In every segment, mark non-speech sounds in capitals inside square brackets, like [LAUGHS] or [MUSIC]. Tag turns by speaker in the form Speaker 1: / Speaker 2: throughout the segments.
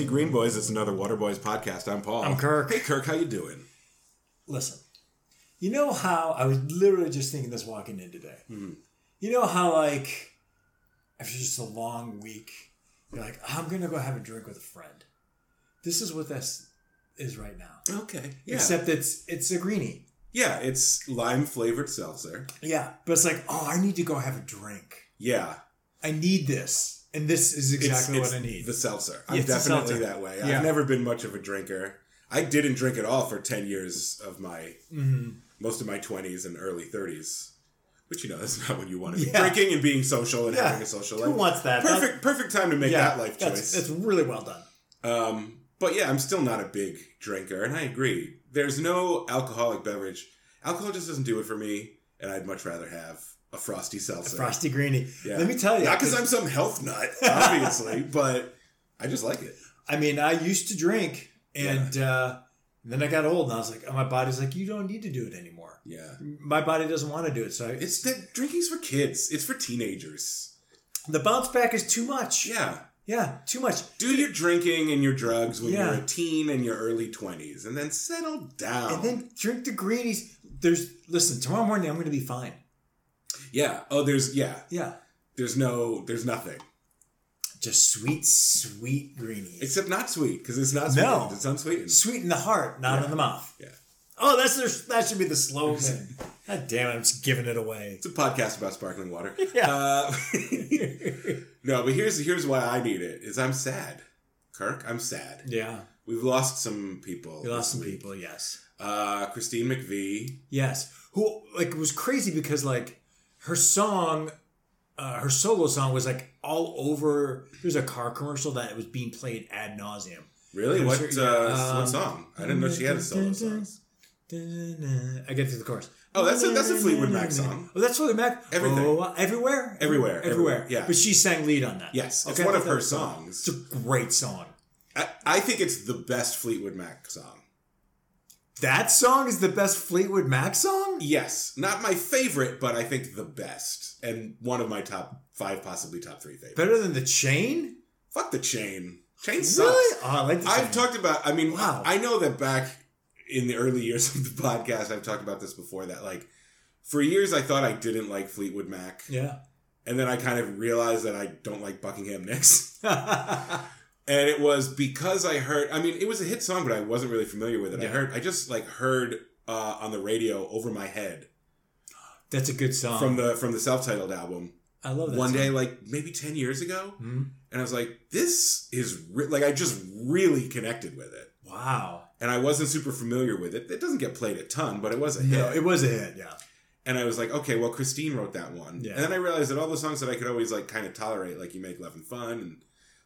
Speaker 1: It's another Waterboys podcast. I'm Paul.
Speaker 2: I'm Kirk.
Speaker 1: Hey, Kirk, how you doing?
Speaker 2: Listen, you know how I was literally just thinking this walking in today.
Speaker 1: Mhm.
Speaker 2: You know how like after just a long week, you're like, I'm gonna go have a drink with a friend. This is what this is right now.
Speaker 1: Okay. Yeah.
Speaker 2: Except it's it's a greenie.
Speaker 1: uh, yeah, it's lime flavored seltzer.
Speaker 2: Yeah, but it's like, oh, I need to go have a drink.
Speaker 1: Yeah.
Speaker 2: I need this, and this is
Speaker 1: It's-
Speaker 2: exactly
Speaker 1: it's
Speaker 2: what I need.
Speaker 1: The seltzer. I'm
Speaker 2: Yeah, it's a
Speaker 1: definitely
Speaker 2: seltzer.
Speaker 1: that way.
Speaker 2: Yeah.
Speaker 1: I've never been much of a drinker. I didn't drink at all for 10 years of my,
Speaker 2: Mhm.
Speaker 1: most of my 20s and early 30s. But you know, that's not when you want to be
Speaker 2: Yeah.
Speaker 1: drinking and being social and
Speaker 2: Yeah.
Speaker 1: having a social
Speaker 2: Who
Speaker 1: life.
Speaker 2: wants that?
Speaker 1: Perfect, perfect time to
Speaker 2: That-
Speaker 1: make
Speaker 2: yeah,
Speaker 1: that life
Speaker 2: that's-
Speaker 1: choice.
Speaker 2: That's really well done.
Speaker 1: Um, but yeah, I'm still not a big drinker, and I agree. There's no alcoholic beverage. Alcohol just doesn't do it for me, and I'd much rather have a frosty seltzer.
Speaker 2: Frosty Greenie.
Speaker 1: Yeah.
Speaker 2: Let me tell you.
Speaker 1: Not because I'm some health
Speaker 2: [LAUGHS]
Speaker 1: nut, obviously, but I just like it.
Speaker 2: I mean, I used to drink, and uh, then I got old, and I was like, oh, my body's like, you don't need to do it anymore.
Speaker 1: Yeah,
Speaker 2: My body doesn't want to do it. So I,
Speaker 1: it's that drinking's for kids. It's for teenagers.
Speaker 2: the bounce back is too much.
Speaker 1: Yeah,
Speaker 2: Yeah, too much.
Speaker 1: do your drinking and your drugs when
Speaker 2: Yeah.
Speaker 1: you're a teen and your early twenties, and then settle down.
Speaker 2: And then drink the greenies. There's listen. Tomorrow morning, I'm going to be fine.
Speaker 1: yeah. Oh, there's yeah.
Speaker 2: Yeah,
Speaker 1: There's no. There's nothing
Speaker 2: just sweet, sweet greenies.
Speaker 1: except not sweet because it's not.
Speaker 2: No.
Speaker 1: sweetened. It's unsweetened.
Speaker 2: Sweet in the heart, not
Speaker 1: Yeah.
Speaker 2: in the mouth.
Speaker 1: Yeah.
Speaker 2: Oh, that's their, that should be the
Speaker 1: [LAUGHS]
Speaker 2: slogan. God damn it, I'm just giving it away. [LAUGHS]
Speaker 1: It's a podcast about sparkling water.
Speaker 2: Yeah.
Speaker 1: Uh, [LAUGHS] no, but here's here's why I need it. Is I'm sad, Kirk. I'm sad.
Speaker 2: yeah.
Speaker 1: We've lost some people.
Speaker 2: We lost
Speaker 1: this
Speaker 2: some
Speaker 1: week.
Speaker 2: people, yes.
Speaker 1: Uh, Christine McVie.
Speaker 2: Yes. Who like it was crazy because like her song uh, her solo song was like all over there's a car commercial that was being played ad nauseum.
Speaker 1: Really?
Speaker 2: Yeah,
Speaker 1: What?
Speaker 2: sure, yeah.
Speaker 1: uh,
Speaker 2: Um,
Speaker 1: what song? I didn't know she had a solo song.
Speaker 2: I get to the chorus.
Speaker 1: Oh, that's a- that's a Fleetwood Mac song.
Speaker 2: Oh, that's Fleetwood Mac.
Speaker 1: Everything.
Speaker 2: Oh, uh, everywhere,
Speaker 1: Everywhere,
Speaker 2: everywhere.
Speaker 1: everywhere, yeah.
Speaker 2: but she sang lead on that.
Speaker 1: Yes, it's
Speaker 2: Okay, I
Speaker 1: one of
Speaker 2: thought
Speaker 1: her
Speaker 2: that-
Speaker 1: songs.
Speaker 2: It's a great song.
Speaker 1: I, I think it's the best Fleetwood Mac song.
Speaker 2: That song is the best Fleetwood Mac song.
Speaker 1: Yes, not my favorite, but I think the best, and one of my top five, possibly top three favorites.
Speaker 2: Better than the Chain.
Speaker 1: Fuck the chain. Chain sucks.
Speaker 2: Really? Oh, I like the
Speaker 1: I've
Speaker 2: Chain.
Speaker 1: talked about. I mean,
Speaker 2: Wow.
Speaker 1: I know that back in the early years [LAUGHS] of the podcast, I've talked about this before. That like for years, I thought I didn't like Fleetwood Mac,
Speaker 2: Yeah. [LAUGHS]
Speaker 1: and then I kind of realized that I don't like Buckingham Nicks. [LAUGHS] And it was because I heard. I mean, it was a hit song, but I wasn't really familiar with it. I
Speaker 2: Yeah.
Speaker 1: heard. I just like heard uh, on the radio over my head
Speaker 2: That's a good song.
Speaker 1: from the from the self titled album
Speaker 2: Uh-huh. I love that
Speaker 1: one
Speaker 2: song.
Speaker 1: day, like maybe ten years ago,
Speaker 2: Mhm.
Speaker 1: and I was like, "This is re-, like I just really connected with it."
Speaker 2: Wow.
Speaker 1: and I wasn't super familiar with it. It doesn't get played a ton, but it was a hit.
Speaker 2: No, it was a hit. Yeah.
Speaker 1: and I was like, okay, well, Christine wrote that one.
Speaker 2: Yeah.
Speaker 1: And then I realized that all the songs that I could always like kind of tolerate, like "You Make Love and Fun," and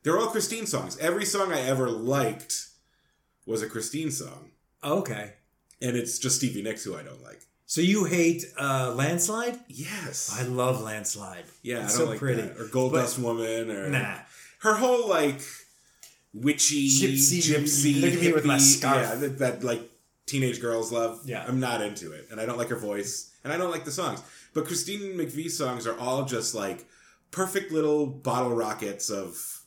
Speaker 1: they're all Christine songs. Every song I ever liked was a Christine song,
Speaker 2: Okay.
Speaker 1: and it's just Stevie Nicks who I don't like.
Speaker 2: So you hate uh, Landslide?
Speaker 1: Yes,
Speaker 2: I love Landslide.
Speaker 1: yeah,
Speaker 2: it's
Speaker 1: I don't
Speaker 2: so
Speaker 1: like
Speaker 2: pretty.
Speaker 1: that. Or Gold
Speaker 2: But-
Speaker 1: Dust Woman, or
Speaker 2: Nah.
Speaker 1: her whole like witchy
Speaker 2: Gypsy,
Speaker 1: gypsy,
Speaker 2: look at me with my
Speaker 1: hippie-
Speaker 2: scarf.
Speaker 1: yeah, that, that like teenage girls love.
Speaker 2: Yeah.
Speaker 1: I'm not into it, and I don't like her voice, and I don't like the songs. But Christine McVie's songs are all just like perfect little bottle rockets of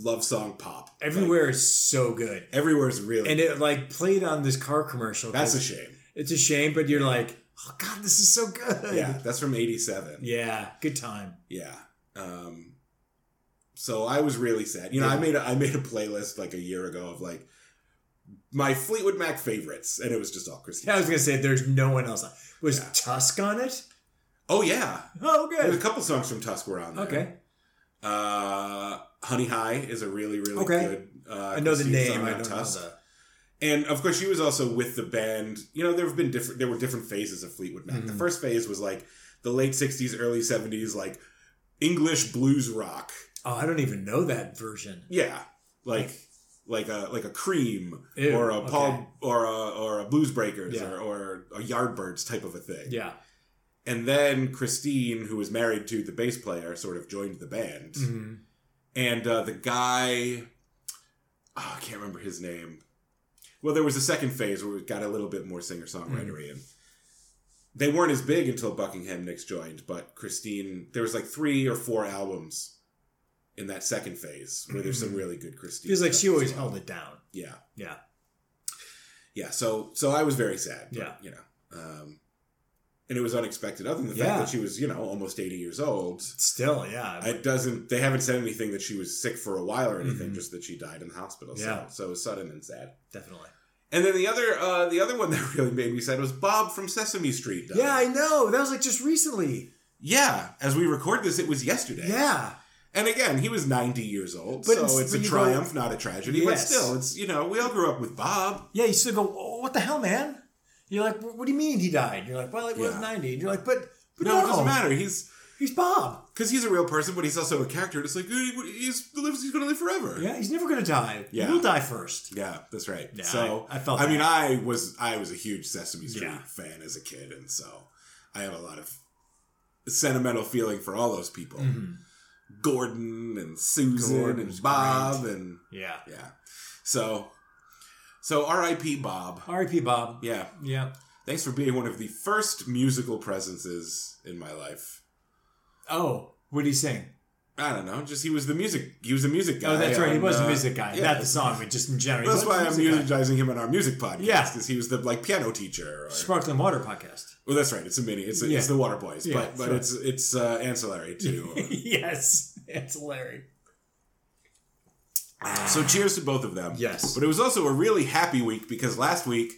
Speaker 1: love song pop.
Speaker 2: Everywhere is so good.
Speaker 1: like, everywhere's really.
Speaker 2: And it like played on this car commercial.
Speaker 1: that's a shame.
Speaker 2: It's a shame, but you're like, oh god, this is so good.
Speaker 1: Yeah, that's from '87.
Speaker 2: Yeah. Good time.
Speaker 1: Yeah. Um, so I was really sad. You know, I made a, I made a playlist like a year ago of like my Fleetwood Mac favorites, and it was just all Christine.
Speaker 2: Yeah, I was gonna say there's no one else. Was
Speaker 1: Yeah.
Speaker 2: Tusk on it?
Speaker 1: Oh yeah,
Speaker 2: [LAUGHS] Oh,
Speaker 1: there's a
Speaker 2: good.
Speaker 1: couple songs from Tusk were on there.
Speaker 2: Okay.
Speaker 1: Uh, Honey High is a really really
Speaker 2: Okay.
Speaker 1: good. Uh,
Speaker 2: I know the
Speaker 1: Christine
Speaker 2: name.
Speaker 1: song
Speaker 2: I
Speaker 1: on
Speaker 2: don't know
Speaker 1: Tusk.
Speaker 2: the.
Speaker 1: And of course, she was also with the band. You know, there have been different. There were different phases of Fleetwood Mac. The
Speaker 2: Mhm.
Speaker 1: first phase was like the late '60s, early '70s, like English blues rock.
Speaker 2: Oh, I don't even know that version.
Speaker 1: Yeah, like like a like a Cream
Speaker 2: Ew,
Speaker 1: or a
Speaker 2: okay.
Speaker 1: Paul or a or a Blues Breakers
Speaker 2: Yeah.
Speaker 1: or, or a Yardbirds type of a thing.
Speaker 2: Yeah.
Speaker 1: And then Christine, who was married to the bass player, sort of joined the band.
Speaker 2: Mhm.
Speaker 1: And uh, the guy, oh, I can't remember his name. Well, there was a second phase where it got a little bit more singer
Speaker 2: Mm.
Speaker 1: songwritery and They weren't as big until Buckingham Nicks joined, but Christine, there was like three or four albums in that second phase where there's some really good Christine.
Speaker 2: Feels Mm. like she always held it down.
Speaker 1: Yeah.
Speaker 2: Yeah.
Speaker 1: Yeah. So so I was very sad. but,
Speaker 2: Yeah.
Speaker 1: You know. Um, and it was unexpected. Other than the fact
Speaker 2: Yeah.
Speaker 1: that she was you know almost eighty years old.
Speaker 2: Still, yeah.
Speaker 1: It doesn't. They haven't said anything that she was sick for a while or anything.
Speaker 2: Mhm.
Speaker 1: Just that she died in the hospital.
Speaker 2: Yeah.
Speaker 1: So, so it was sudden and sad.
Speaker 2: definitely.
Speaker 1: And then the other, uh, the other one [LAUGHS] that really made me sad was Bob from Sesame Street. died.
Speaker 2: Yeah, I know. That was like just recently.
Speaker 1: yeah. As we record this, it was yesterday.
Speaker 2: Yeah.
Speaker 1: And again, he was ninety years old,
Speaker 2: But
Speaker 1: so
Speaker 2: it's-
Speaker 1: it's
Speaker 2: but
Speaker 1: a
Speaker 2: you
Speaker 1: triumph, not a tragedy. But
Speaker 2: Yes.
Speaker 1: still, it's you know we all grew up with Bob.
Speaker 2: Yeah, you still go, oh, what the hell, man? You're like, what do you mean he died? You're like, well, it was
Speaker 1: Yeah.
Speaker 2: 90. And you're like, but, but
Speaker 1: no,
Speaker 2: no,
Speaker 1: it doesn't matter. He's
Speaker 2: He's Bob.
Speaker 1: because he's a real person, but he's also a character. It's like he- he's he lives. He's going to live forever.
Speaker 2: Yeah, he's never going to die.
Speaker 1: Yeah.
Speaker 2: He'll die first.
Speaker 1: Yeah, that's right.
Speaker 2: Yeah,
Speaker 1: so
Speaker 2: I- I felt
Speaker 1: I
Speaker 2: that.
Speaker 1: mean, I was I was a huge Sesame Street
Speaker 2: Yeah.
Speaker 1: fan as a kid, and so I have a lot of sentimental feeling for all those people:
Speaker 2: Mhm.
Speaker 1: Gordon and Susan
Speaker 2: Gordon's
Speaker 1: and Bob, and
Speaker 2: Yeah.
Speaker 1: yeah. So, so R.I.P. Bob.
Speaker 2: R.I.P. Bob.
Speaker 1: Yeah,
Speaker 2: Yeah.
Speaker 1: thanks for being one of the first musical presences in my life.
Speaker 2: Oh, what did he sing?
Speaker 1: I don't know, just he was the music. He was a music guy.
Speaker 2: oh, that's right. He
Speaker 1: on,
Speaker 2: was a
Speaker 1: uh,
Speaker 2: music guy.
Speaker 1: yeah.
Speaker 2: Not the song, but just in general.
Speaker 1: That's
Speaker 2: He was
Speaker 1: why
Speaker 2: a
Speaker 1: I'm
Speaker 2: music guy.
Speaker 1: eulogizing him on our music podcast
Speaker 2: Yeah.
Speaker 1: because he was the like piano teacher. Or,
Speaker 2: Sparkling Water podcast.
Speaker 1: [LAUGHS] Well, that's right. It's a mini. It's,
Speaker 2: Yeah.
Speaker 1: it's the Water Boys,
Speaker 2: Yeah,
Speaker 1: but but
Speaker 2: sure.
Speaker 1: it's it's uh, ancillary to.
Speaker 2: [LAUGHS] yes. It's hilarious.
Speaker 1: uh, so cheers to both of them.
Speaker 2: Yes.
Speaker 1: But it was also a really happy week because last week,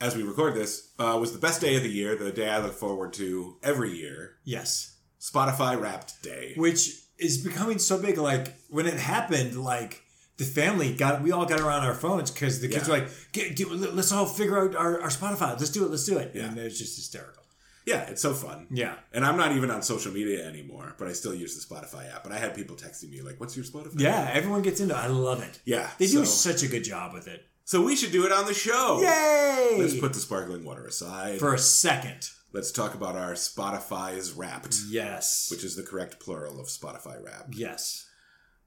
Speaker 1: as we record this, uh, was the best day of the year. The day I look forward to every year.
Speaker 2: Yes.
Speaker 1: Spotify Wrapped Day.
Speaker 2: which is becoming so big. Like when it happened, like the family got we all got around our phones because the kids
Speaker 1: Yeah.
Speaker 2: were like, Get, do, "Let's all figure out our, our Spotify. Let's do it. Let's do it."
Speaker 1: Yeah.
Speaker 2: And it was just hysterical.
Speaker 1: Yeah, it's so fun.
Speaker 2: Yeah,
Speaker 1: And I'm not even on social media anymore, but I still use the Spotify app. But I had people texting me like, "What's your Spotify?"
Speaker 2: yeah. Everyone gets into. it. I love it.
Speaker 1: yeah.
Speaker 2: They
Speaker 1: So,
Speaker 2: do such a good job with it.
Speaker 1: so we should do it on the show.
Speaker 2: Yay!
Speaker 1: Let's put the sparkling water aside.
Speaker 2: for a second.
Speaker 1: Let's talk about our Spotify's Wrapped.
Speaker 2: Yes.
Speaker 1: which is the correct plural of Spotify rap.
Speaker 2: yes.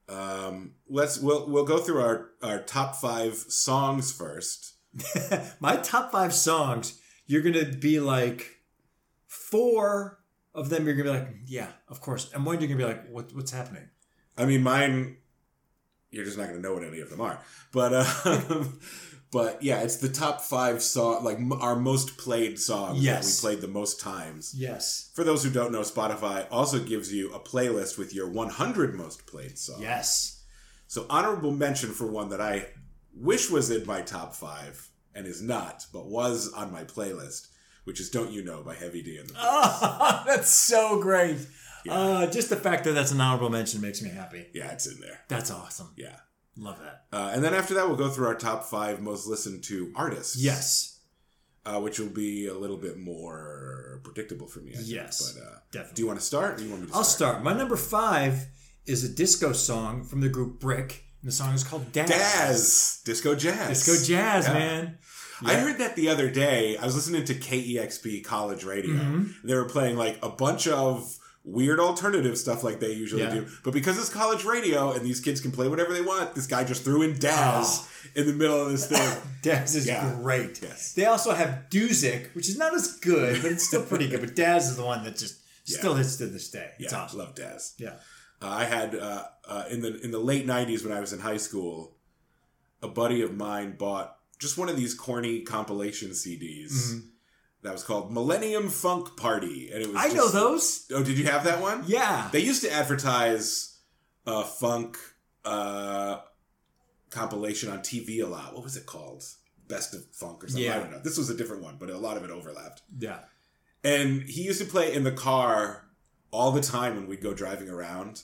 Speaker 1: Um, let's we'll we'll go through our our top five songs first.
Speaker 2: [LAUGHS] My top five songs. You're gonna be like four of them. You're gonna be like, yeah, of course. And one you're gonna be like, what, what's happening?
Speaker 1: I mean, mine. You're just not gonna know what any of them are, but um, [LAUGHS] but yeah, it's the top five song like m- our most played songs
Speaker 2: Yes.
Speaker 1: that we played the most times.
Speaker 2: Yes.
Speaker 1: For those who don't know, Spotify also gives you a playlist with your 100 most played songs.
Speaker 2: Yes.
Speaker 1: So honorable mention for one that I wish was in my top five and is not, but was on my playlist, which is "Don't You Know" by Heavy D and the.
Speaker 2: Oh, [LAUGHS] that's so great.
Speaker 1: Yeah.
Speaker 2: Uh, just the fact that that's an honorable mention makes me happy.
Speaker 1: yeah, it's in there.
Speaker 2: That's awesome.
Speaker 1: Yeah,
Speaker 2: Love that.
Speaker 1: uh, and then after that, we'll go through our top five most listened to artists.
Speaker 2: Yes,
Speaker 1: uh, which will be a little bit more predictable for me. I think.
Speaker 2: Yes.
Speaker 1: but uh, do
Speaker 2: definitely.
Speaker 1: you want to start? Or do you want me to?
Speaker 2: I'll start. My number five is a disco song from the group Brick, and the song is called Daz.
Speaker 1: Daz, disco jazz,
Speaker 2: Disco jazz,
Speaker 1: Yeah.
Speaker 2: man.
Speaker 1: I
Speaker 2: Yeah.
Speaker 1: heard that the other day. I was listening to KEXP college radio.
Speaker 2: Mhm.
Speaker 1: They were playing like a bunch of weird alternative stuff like they usually
Speaker 2: Yeah.
Speaker 1: do. But because it's college radio and these kids can play whatever they want, this guy just threw in Daz
Speaker 2: Ah.
Speaker 1: in the middle of this
Speaker 2: [LAUGHS]
Speaker 1: thing.
Speaker 2: Daz is
Speaker 1: Yeah.
Speaker 2: great.
Speaker 1: Yes.
Speaker 2: They also have Duzik, which is not as good, but it's still pretty good. But Daz is the one that just still hits to this day.
Speaker 1: yeah,
Speaker 2: It's awesome.
Speaker 1: love Daz.
Speaker 2: Yeah.
Speaker 1: Uh, I had uh, uh, in the in the late '90s when I was in high school, a buddy of mine bought just one of these corny compilation CDs
Speaker 2: Mhm.
Speaker 1: that was called Millennium Funk Party, and it was
Speaker 2: I
Speaker 1: just-
Speaker 2: know those.
Speaker 1: Oh, did you have that one?
Speaker 2: Yeah.
Speaker 1: They used to advertise uh, funk uh, compilation on TV a lot. What was it called? Best of Funk or something. I
Speaker 2: Yeah.
Speaker 1: don't know. This was a different one, but a lot of it overlapped.
Speaker 2: Yeah.
Speaker 1: And he used to play in the car all the time when we'd go driving around.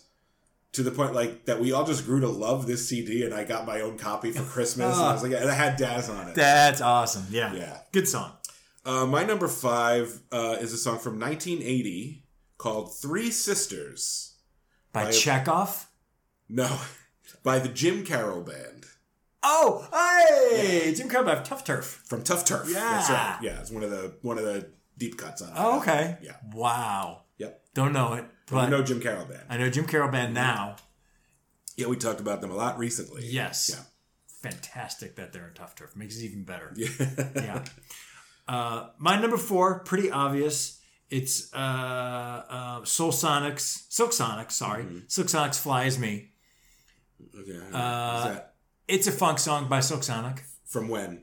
Speaker 1: To the point like that, we all just grew to love this CD, and I got my own copy for Christmas. and I was like, and I had Daz on it.
Speaker 2: That's awesome. Yeah.
Speaker 1: Yeah.
Speaker 2: Good song.
Speaker 1: Uh, my number five uh, is a song from 1980 called Three Sisters.
Speaker 2: By
Speaker 1: By-
Speaker 2: Chekhov?
Speaker 1: No, by the Jim Carroll Band
Speaker 2: Oh, hey! Jim Crow by Tough Turf.
Speaker 1: from Tough Turf.
Speaker 2: Yeah.
Speaker 1: that's right. Yeah, it's one of the one of the deep cuts on.
Speaker 2: Oh,
Speaker 1: that.
Speaker 2: okay.
Speaker 1: Yeah.
Speaker 2: Wow.
Speaker 1: Yep.
Speaker 2: Don't know it,
Speaker 1: But
Speaker 2: but
Speaker 1: you know Jim Carroll Band.
Speaker 2: I know Jim Carroll Band now.
Speaker 1: Yeah, we talked about them a lot recently.
Speaker 2: Yes.
Speaker 1: Yeah.
Speaker 2: Fantastic that they're in Tough Turf. Makes it even better.
Speaker 1: [LAUGHS] Yeah.
Speaker 2: Yeah. [LAUGHS] Uh, my number four, pretty obvious.
Speaker 1: Mm-hmm.
Speaker 2: It's uh, uh, Soul Sonics, Silk Sonics, sorry. Silk Sonics Flies Me.
Speaker 1: Okay. I don't know.
Speaker 2: Uh,
Speaker 1: Is that
Speaker 2: It's a funk song by Silk Sonic
Speaker 1: from when?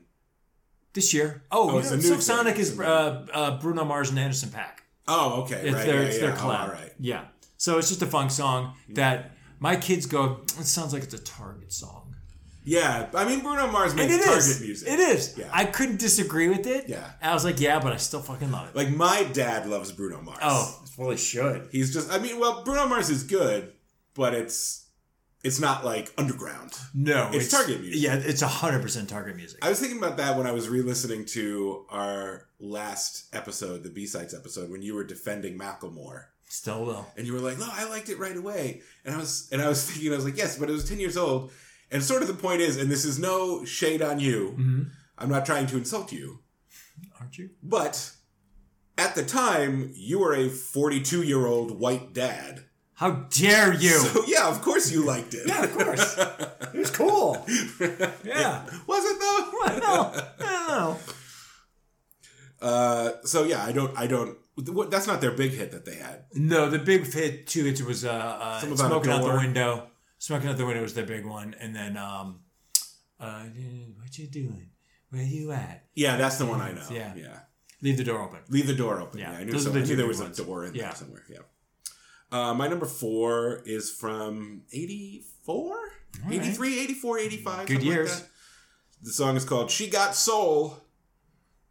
Speaker 2: this year. Oh,
Speaker 1: Oh,
Speaker 2: you
Speaker 1: it's
Speaker 2: know,
Speaker 1: a new
Speaker 2: Silk
Speaker 1: thing.
Speaker 2: Sonic is uh, uh, Bruno Mars and Anderson Pack.
Speaker 1: Oh, okay.
Speaker 2: It's
Speaker 1: right.
Speaker 2: their
Speaker 1: yeah,
Speaker 2: it's
Speaker 1: yeah.
Speaker 2: their
Speaker 1: Oh,
Speaker 2: collab.
Speaker 1: all right.
Speaker 2: Yeah. So it's just a funk song that my kids go. It sounds like it's a Target song.
Speaker 1: Yeah. I mean, Bruno Mars
Speaker 2: And
Speaker 1: makes
Speaker 2: it is.
Speaker 1: Target music.
Speaker 2: It is.
Speaker 1: Yeah.
Speaker 2: I couldn't disagree with it.
Speaker 1: Yeah.
Speaker 2: I was like, yeah, but I still fucking love it.
Speaker 1: Like my dad loves Bruno Mars.
Speaker 2: oh, well, it should.
Speaker 1: He's just. I mean, well, Bruno Mars is good, but it's it's not like underground.
Speaker 2: No,
Speaker 1: It's Target music.
Speaker 2: Yeah, it's hundred percent Target music.
Speaker 1: I was thinking about that when I was re-listening to our last episode, the B-sides episode, when you were defending Macklemore,
Speaker 2: still will.
Speaker 1: and you were like, "No, I liked it right away," and I was and I was [LAUGHS] thinking, I was like, "Yes," but it was ten years old, and sort of the point is, and this is no shade on you.
Speaker 2: Mm-hmm.
Speaker 1: I'm not trying to insult you,
Speaker 2: Aren't you?
Speaker 1: but at the time, you were a 42 year old white dad.
Speaker 2: How dare you?
Speaker 1: [LAUGHS] So yeah, of course you liked it.
Speaker 2: Yeah, of course. it was cool. Yeah.
Speaker 1: [LAUGHS] Was it though?
Speaker 2: Well, no, I don't know.
Speaker 1: Uh, so yeah, I don't, I don't. what- That's not their big hit that they had.
Speaker 2: No, the big hit two hits was uh, uh
Speaker 1: Something about a
Speaker 2: smoking out the
Speaker 1: door.
Speaker 2: window. Smoking out the window was the big one, and then um, uh, what you doing? Where you at?
Speaker 1: Yeah, that's the one I know.
Speaker 2: Yeah.
Speaker 1: yeah.
Speaker 2: Leave the door open.
Speaker 1: Leave the door open.
Speaker 2: Yeah,
Speaker 1: Yeah, I knew,
Speaker 2: those
Speaker 1: so,
Speaker 2: are the
Speaker 1: I knew
Speaker 2: two
Speaker 1: there
Speaker 2: big
Speaker 1: was
Speaker 2: ones.
Speaker 1: a door in
Speaker 2: Yeah.
Speaker 1: there somewhere. Yeah. Uh, my number four is from 84?
Speaker 2: All right.
Speaker 1: 83, 84, 85.
Speaker 2: Good
Speaker 1: something like
Speaker 2: years.
Speaker 1: that. The song is called She Got Soul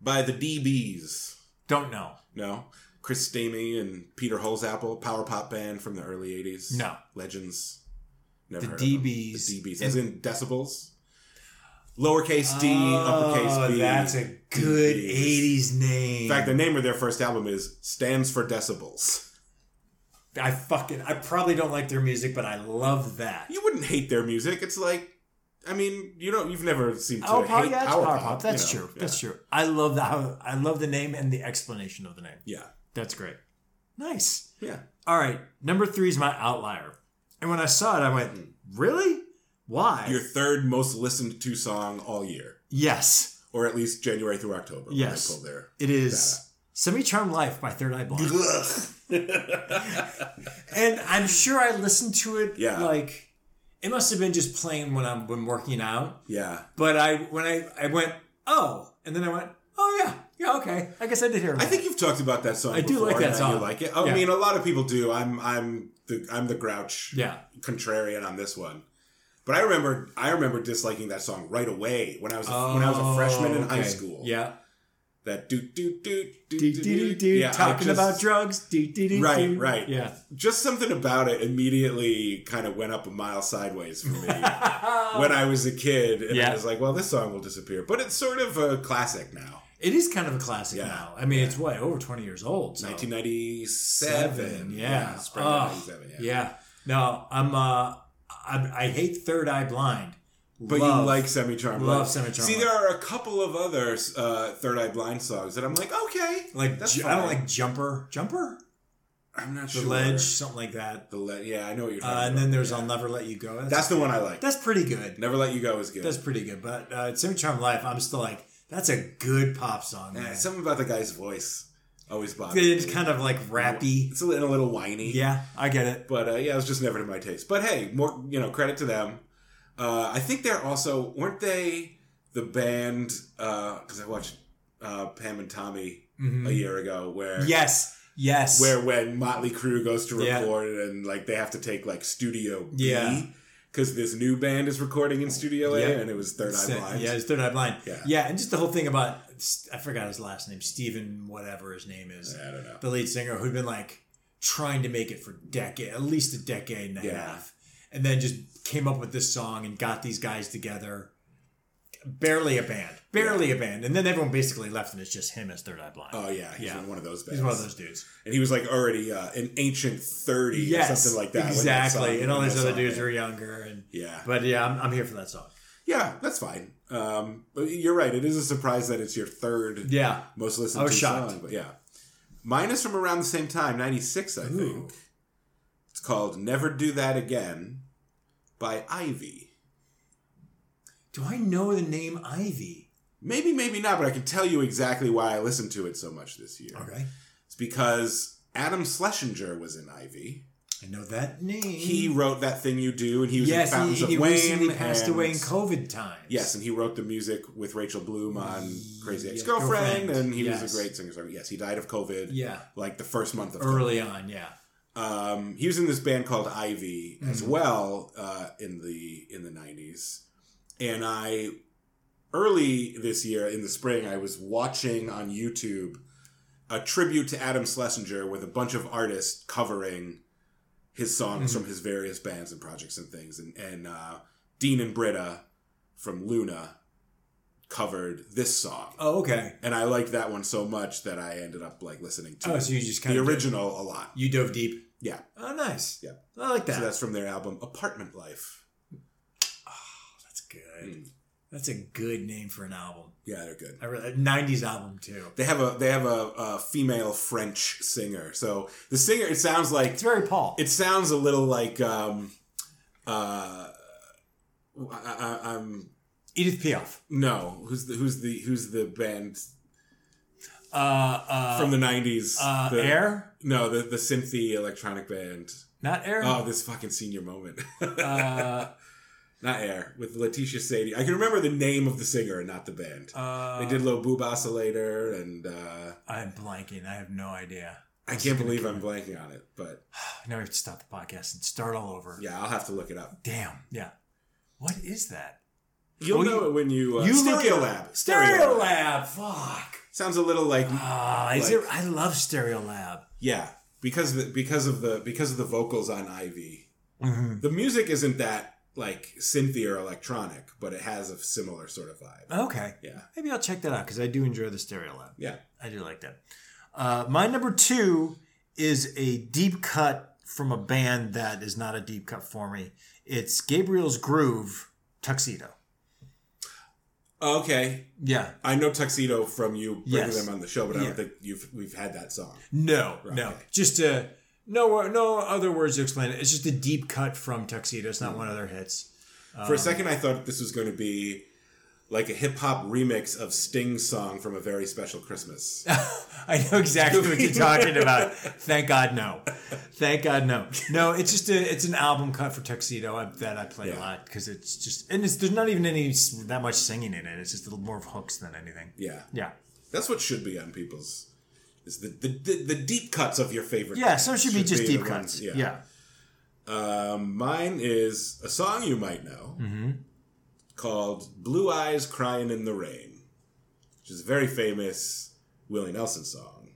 Speaker 1: by the DBs.
Speaker 2: Don't know.
Speaker 1: No? Chris Stamey and Peter Holzapple, power pop band from the early 80s.
Speaker 2: No.
Speaker 1: Legends. Never
Speaker 2: The
Speaker 1: heard of them.
Speaker 2: DBs.
Speaker 1: The DBs. As in decibels. Lowercase d, uppercase b.
Speaker 2: Oh, That's a good
Speaker 1: DBs.
Speaker 2: '80s name.
Speaker 1: In fact, the name of their first album is Stands for Decibels.
Speaker 2: I fucking I probably don't like their music, but I love that.
Speaker 1: You wouldn't hate their music. It's like, I mean, you don't. You've never seemed to
Speaker 2: Oh,
Speaker 1: hate
Speaker 2: probably yeah, it's
Speaker 1: power,
Speaker 2: Power
Speaker 1: pop. you
Speaker 2: That's
Speaker 1: know,
Speaker 2: true.
Speaker 1: yeah.
Speaker 2: That's true. I love the how I love the name and the explanation of the name.
Speaker 1: Yeah,
Speaker 2: That's great. Nice.
Speaker 1: yeah.
Speaker 2: All right, number three is my outlier. And when I saw it, I went,
Speaker 1: Hmm.
Speaker 2: "Really? Why?"
Speaker 1: Your third most listened to song all year,
Speaker 2: yes,
Speaker 1: or at least January through October. when
Speaker 2: Yes.
Speaker 1: I pulled their.
Speaker 2: it is "Semi Charmed Life" by Third Eye Blind, and I'm sure I listened to it.
Speaker 1: Yeah.
Speaker 2: like it must have been just playing when I'm when working out.
Speaker 1: [LAUGHS] yeah,
Speaker 2: But I when I I went, "Oh," and then I went, "Oh yeah, yeah, okay. I guess I did hear."
Speaker 1: I think you've talked about that song.
Speaker 2: I do
Speaker 1: before,
Speaker 2: like that
Speaker 1: and
Speaker 2: song.
Speaker 1: You like it? I
Speaker 2: Yeah.
Speaker 1: mean, a lot of people do. I'm, I'm the, I'm the grouch
Speaker 2: yeah.
Speaker 1: contrarian on this one. But I remember, I remember disliking that song right away when I was a, when I was a freshman in high
Speaker 2: Oh, okay.
Speaker 1: school.
Speaker 2: Yeah.
Speaker 1: that do do do do
Speaker 2: Do,
Speaker 1: do
Speaker 2: do, do,
Speaker 1: do
Speaker 2: do,
Speaker 1: yeah, I
Speaker 2: talking
Speaker 1: just-
Speaker 2: about drugs. Do, do, do,
Speaker 1: Right,
Speaker 2: do.
Speaker 1: right.
Speaker 2: [LAUGHS] Yeah.
Speaker 1: just something about it immediately kind of went up a mile sideways for
Speaker 2: [LAUGHS]
Speaker 1: me when I was a kid, and
Speaker 2: Yeah.
Speaker 1: I was like, well, this song will disappear, but it's sort of a classic now.
Speaker 2: It is kind of a classic
Speaker 1: Yeah.
Speaker 2: now. I mean, it's what over twenty years old. So.
Speaker 1: 1997,
Speaker 2: yeah.
Speaker 1: spring
Speaker 2: Oh,
Speaker 1: of 97, yeah.
Speaker 2: Yeah. No, I'm. Uh, I, I hate Third Eye Blind.
Speaker 1: But
Speaker 2: Love-
Speaker 1: you like Semi Charmed
Speaker 2: love
Speaker 1: Life.
Speaker 2: Semi Charmed.
Speaker 1: See, there are a couple of other uh, Third Eye Blind songs that I'm like, okay,
Speaker 2: like
Speaker 1: that's
Speaker 2: ju- I don't
Speaker 1: fine.
Speaker 2: like Jumper. Jumper.
Speaker 1: I'm not
Speaker 2: The
Speaker 1: sure.
Speaker 2: Ledge, something like that.
Speaker 1: the ledge, yeah, I know what you're talking
Speaker 2: Uh,
Speaker 1: about.
Speaker 2: and then there's
Speaker 1: yeah.
Speaker 2: I'll Never Let You Go. That's
Speaker 1: that's the one I like.
Speaker 2: that's pretty good.
Speaker 1: Never Let You Go is good.
Speaker 2: That's pretty good. But uh, Semi Charm Life, I'm still like that's a good pop song.
Speaker 1: Yeah,
Speaker 2: man.
Speaker 1: Eh, something about the guy's voice always bothers me.
Speaker 2: it's kind of like rappy.
Speaker 1: It's a little, a little whiny.
Speaker 2: Yeah, I get it.
Speaker 1: But uh, yeah, it was just never to my taste. But hey, more you know, credit to them. Uh, I think they're also weren't they the band because I watched uh, Pam and Tommy
Speaker 2: Mhm.
Speaker 1: a year ago where
Speaker 2: Yes. Yes.
Speaker 1: Oh, where when Motley Crue goes to
Speaker 2: Yeah.
Speaker 1: record and like they have to take like Studio B
Speaker 2: Yeah.
Speaker 1: because this new band is recording in Studio A
Speaker 2: Yeah.
Speaker 1: and it was Third Eye
Speaker 2: Sa-
Speaker 1: Blind.
Speaker 2: Yeah, it's Third Eye Blind. Yeah.
Speaker 1: Yeah.
Speaker 2: and just the whole thing about I forgot his last name, Stephen, whatever his name is,
Speaker 1: I don't know.
Speaker 2: the lead singer who'd been like trying to make it for decade, at least a decade and a
Speaker 1: Yeah.
Speaker 2: half, and then just came up with this song and got these guys together. Barely a band, barely a band, and then everyone basically left, and it's just him as Third Eye Blind.
Speaker 1: Oh yeah, he's
Speaker 2: Yeah.
Speaker 1: one of those bands.
Speaker 2: He's one of those dudes.
Speaker 1: and he was like already uh, an ancient thirty or
Speaker 2: Yes,
Speaker 1: something like that. when that
Speaker 2: Exactly,
Speaker 1: song-
Speaker 2: and all
Speaker 1: when
Speaker 2: these
Speaker 1: that
Speaker 2: other
Speaker 1: song
Speaker 2: dudes
Speaker 1: came.
Speaker 2: were younger, and
Speaker 1: yeah,
Speaker 2: but yeah, I'm, I'm here for that song.
Speaker 1: yeah, that's fine. Um, but you're right. It is a surprise that it's your third
Speaker 2: Yeah,
Speaker 1: most listened
Speaker 2: I was
Speaker 1: to
Speaker 2: shocked.
Speaker 1: song. But yeah, mine is from around the same time, '96, I
Speaker 2: Ooh.
Speaker 1: think. It's called "Never Do That Again" by Ivy.
Speaker 2: do I know the name Ivy?
Speaker 1: Maybe, maybe not, but I can tell you exactly why I listened to it so much this year.
Speaker 2: Okay.
Speaker 1: It's because Adam Schlesinger was in Ivy.
Speaker 2: I know that name.
Speaker 1: He wrote that thing you do, and he was
Speaker 2: yes,
Speaker 1: in Fountains
Speaker 2: he, he
Speaker 1: of Wayne.
Speaker 2: recently passed
Speaker 1: and-
Speaker 2: away in COVID times.
Speaker 1: Yes, and he wrote the music with Rachel Bloom on Crazy
Speaker 2: Yeah,
Speaker 1: Ex Girlfriend,
Speaker 2: Girlfriend.
Speaker 1: and he
Speaker 2: Yes.
Speaker 1: was a great singer. songwriter. Yes, he died of COVID,
Speaker 2: Yeah.
Speaker 1: like the first month of
Speaker 2: Early on, yeah.
Speaker 1: COVID. Um, he was in this band called Ivy as
Speaker 2: Mhm.
Speaker 1: well uh, in the in the nineties, and I early this year in the spring I was watching on YouTube a tribute to Adam Schlesinger with a bunch of artists covering his songs
Speaker 2: Mhm.
Speaker 1: from his various bands and projects and things. And, and uh, Dean and Britta from Luna covered this song.
Speaker 2: Oh, okay.
Speaker 1: And I liked that one so much that I ended up like listening to
Speaker 2: Oh, so you just kind
Speaker 1: the
Speaker 2: of
Speaker 1: original a lot.
Speaker 2: You dove deep.
Speaker 1: Yeah.
Speaker 2: Oh, nice.
Speaker 1: Yeah.
Speaker 2: I like that.
Speaker 1: So that's from their album Apartment Life.
Speaker 2: That's good.
Speaker 1: Mm.
Speaker 2: That's a good name for an album.
Speaker 1: Yeah, they're good.
Speaker 2: I really, 90s album too.
Speaker 1: They have a they have a, a female French singer. So the singer it sounds like
Speaker 2: It's very Paul.
Speaker 1: It sounds a little like um, uh, I, I, I'm
Speaker 2: Edith Piaf.
Speaker 1: no who's the who's the who's the band
Speaker 2: Uh, uh,
Speaker 1: from the '90s?
Speaker 2: uh,
Speaker 1: the,
Speaker 2: Air?
Speaker 1: No, the the synthy electronic band.
Speaker 2: Not Air.
Speaker 1: Oh, this fucking senior moment.
Speaker 2: uh,
Speaker 1: [LAUGHS] not Air with Letitia Sadie. I can remember the name of the singer and not the band.
Speaker 2: [LAUGHS] uh,
Speaker 1: they did Low Boob Oscillator, and uh,
Speaker 2: I'm blanking. I have no idea.
Speaker 1: I
Speaker 2: was
Speaker 1: can't
Speaker 2: gonna
Speaker 1: believe
Speaker 2: come
Speaker 1: I'm blanking on it. But
Speaker 2: Now we have to stop the podcast and start all over.
Speaker 1: yeah, I'll have to look it up.
Speaker 2: Damn. Yeah. What is that?
Speaker 1: You'll
Speaker 2: Well,
Speaker 1: know
Speaker 2: you-
Speaker 1: it when you uh,
Speaker 2: you look
Speaker 1: Stereo
Speaker 2: it up.
Speaker 1: Lab.
Speaker 2: Stereo Lab. Fuck.
Speaker 1: sounds a little like
Speaker 2: Ah, is
Speaker 1: Like-
Speaker 2: there? I love Stereo Lab.
Speaker 1: Yeah, because of the, because of the because of the vocals on Ivy, the music isn't that like synthy or electronic, but it has a similar sort of vibe.
Speaker 2: Okay.
Speaker 1: Yeah,
Speaker 2: Maybe I'll check that out because I do enjoy the Stereo Lab.
Speaker 1: yeah.
Speaker 2: I do like that. Uh, my number two is a deep cut from a band that is not a deep cut for me. It's Gabriel's Groove Tuxedo.
Speaker 1: Okay,
Speaker 2: Yeah.
Speaker 1: I know Tuxedo from you bringing
Speaker 2: Yes.
Speaker 1: them on the show, but I
Speaker 2: Yeah.
Speaker 1: don't think you've we've had that song.
Speaker 2: No,
Speaker 1: Right.
Speaker 2: no. Just a no, no other words to explain it. It's just a deep cut from Tuxedo. It's not one of their hits. Um,
Speaker 1: For a second, I thought this was going to be like a hip hop remix of Sting's song from A Very Special
Speaker 2: [LAUGHS]
Speaker 1: Christmas.
Speaker 2: I
Speaker 1: [LAUGHS]
Speaker 2: know exactly what you're talking about. Thank God, no. Thank God, no.
Speaker 1: [LAUGHS]
Speaker 2: No, it's just a it's an album cut for Tuxedo I, that I play a
Speaker 1: Yeah.
Speaker 2: lot because it's just and it's there's not even any s- that much singing in it. It's just a little more of hooks than anything.
Speaker 1: yeah,
Speaker 2: Yeah,
Speaker 1: that's what should be on people's. Is the, the, the, the deep cuts of your favorite?
Speaker 2: yeah. So it should, be just
Speaker 1: the
Speaker 2: deep
Speaker 1: ones-
Speaker 2: cuts. yeah.
Speaker 1: Um, mine is a song you might know
Speaker 2: Mm-hmm.
Speaker 1: called Blue Eyes Crying in the Rain, which is a very famous Willie Nelson song.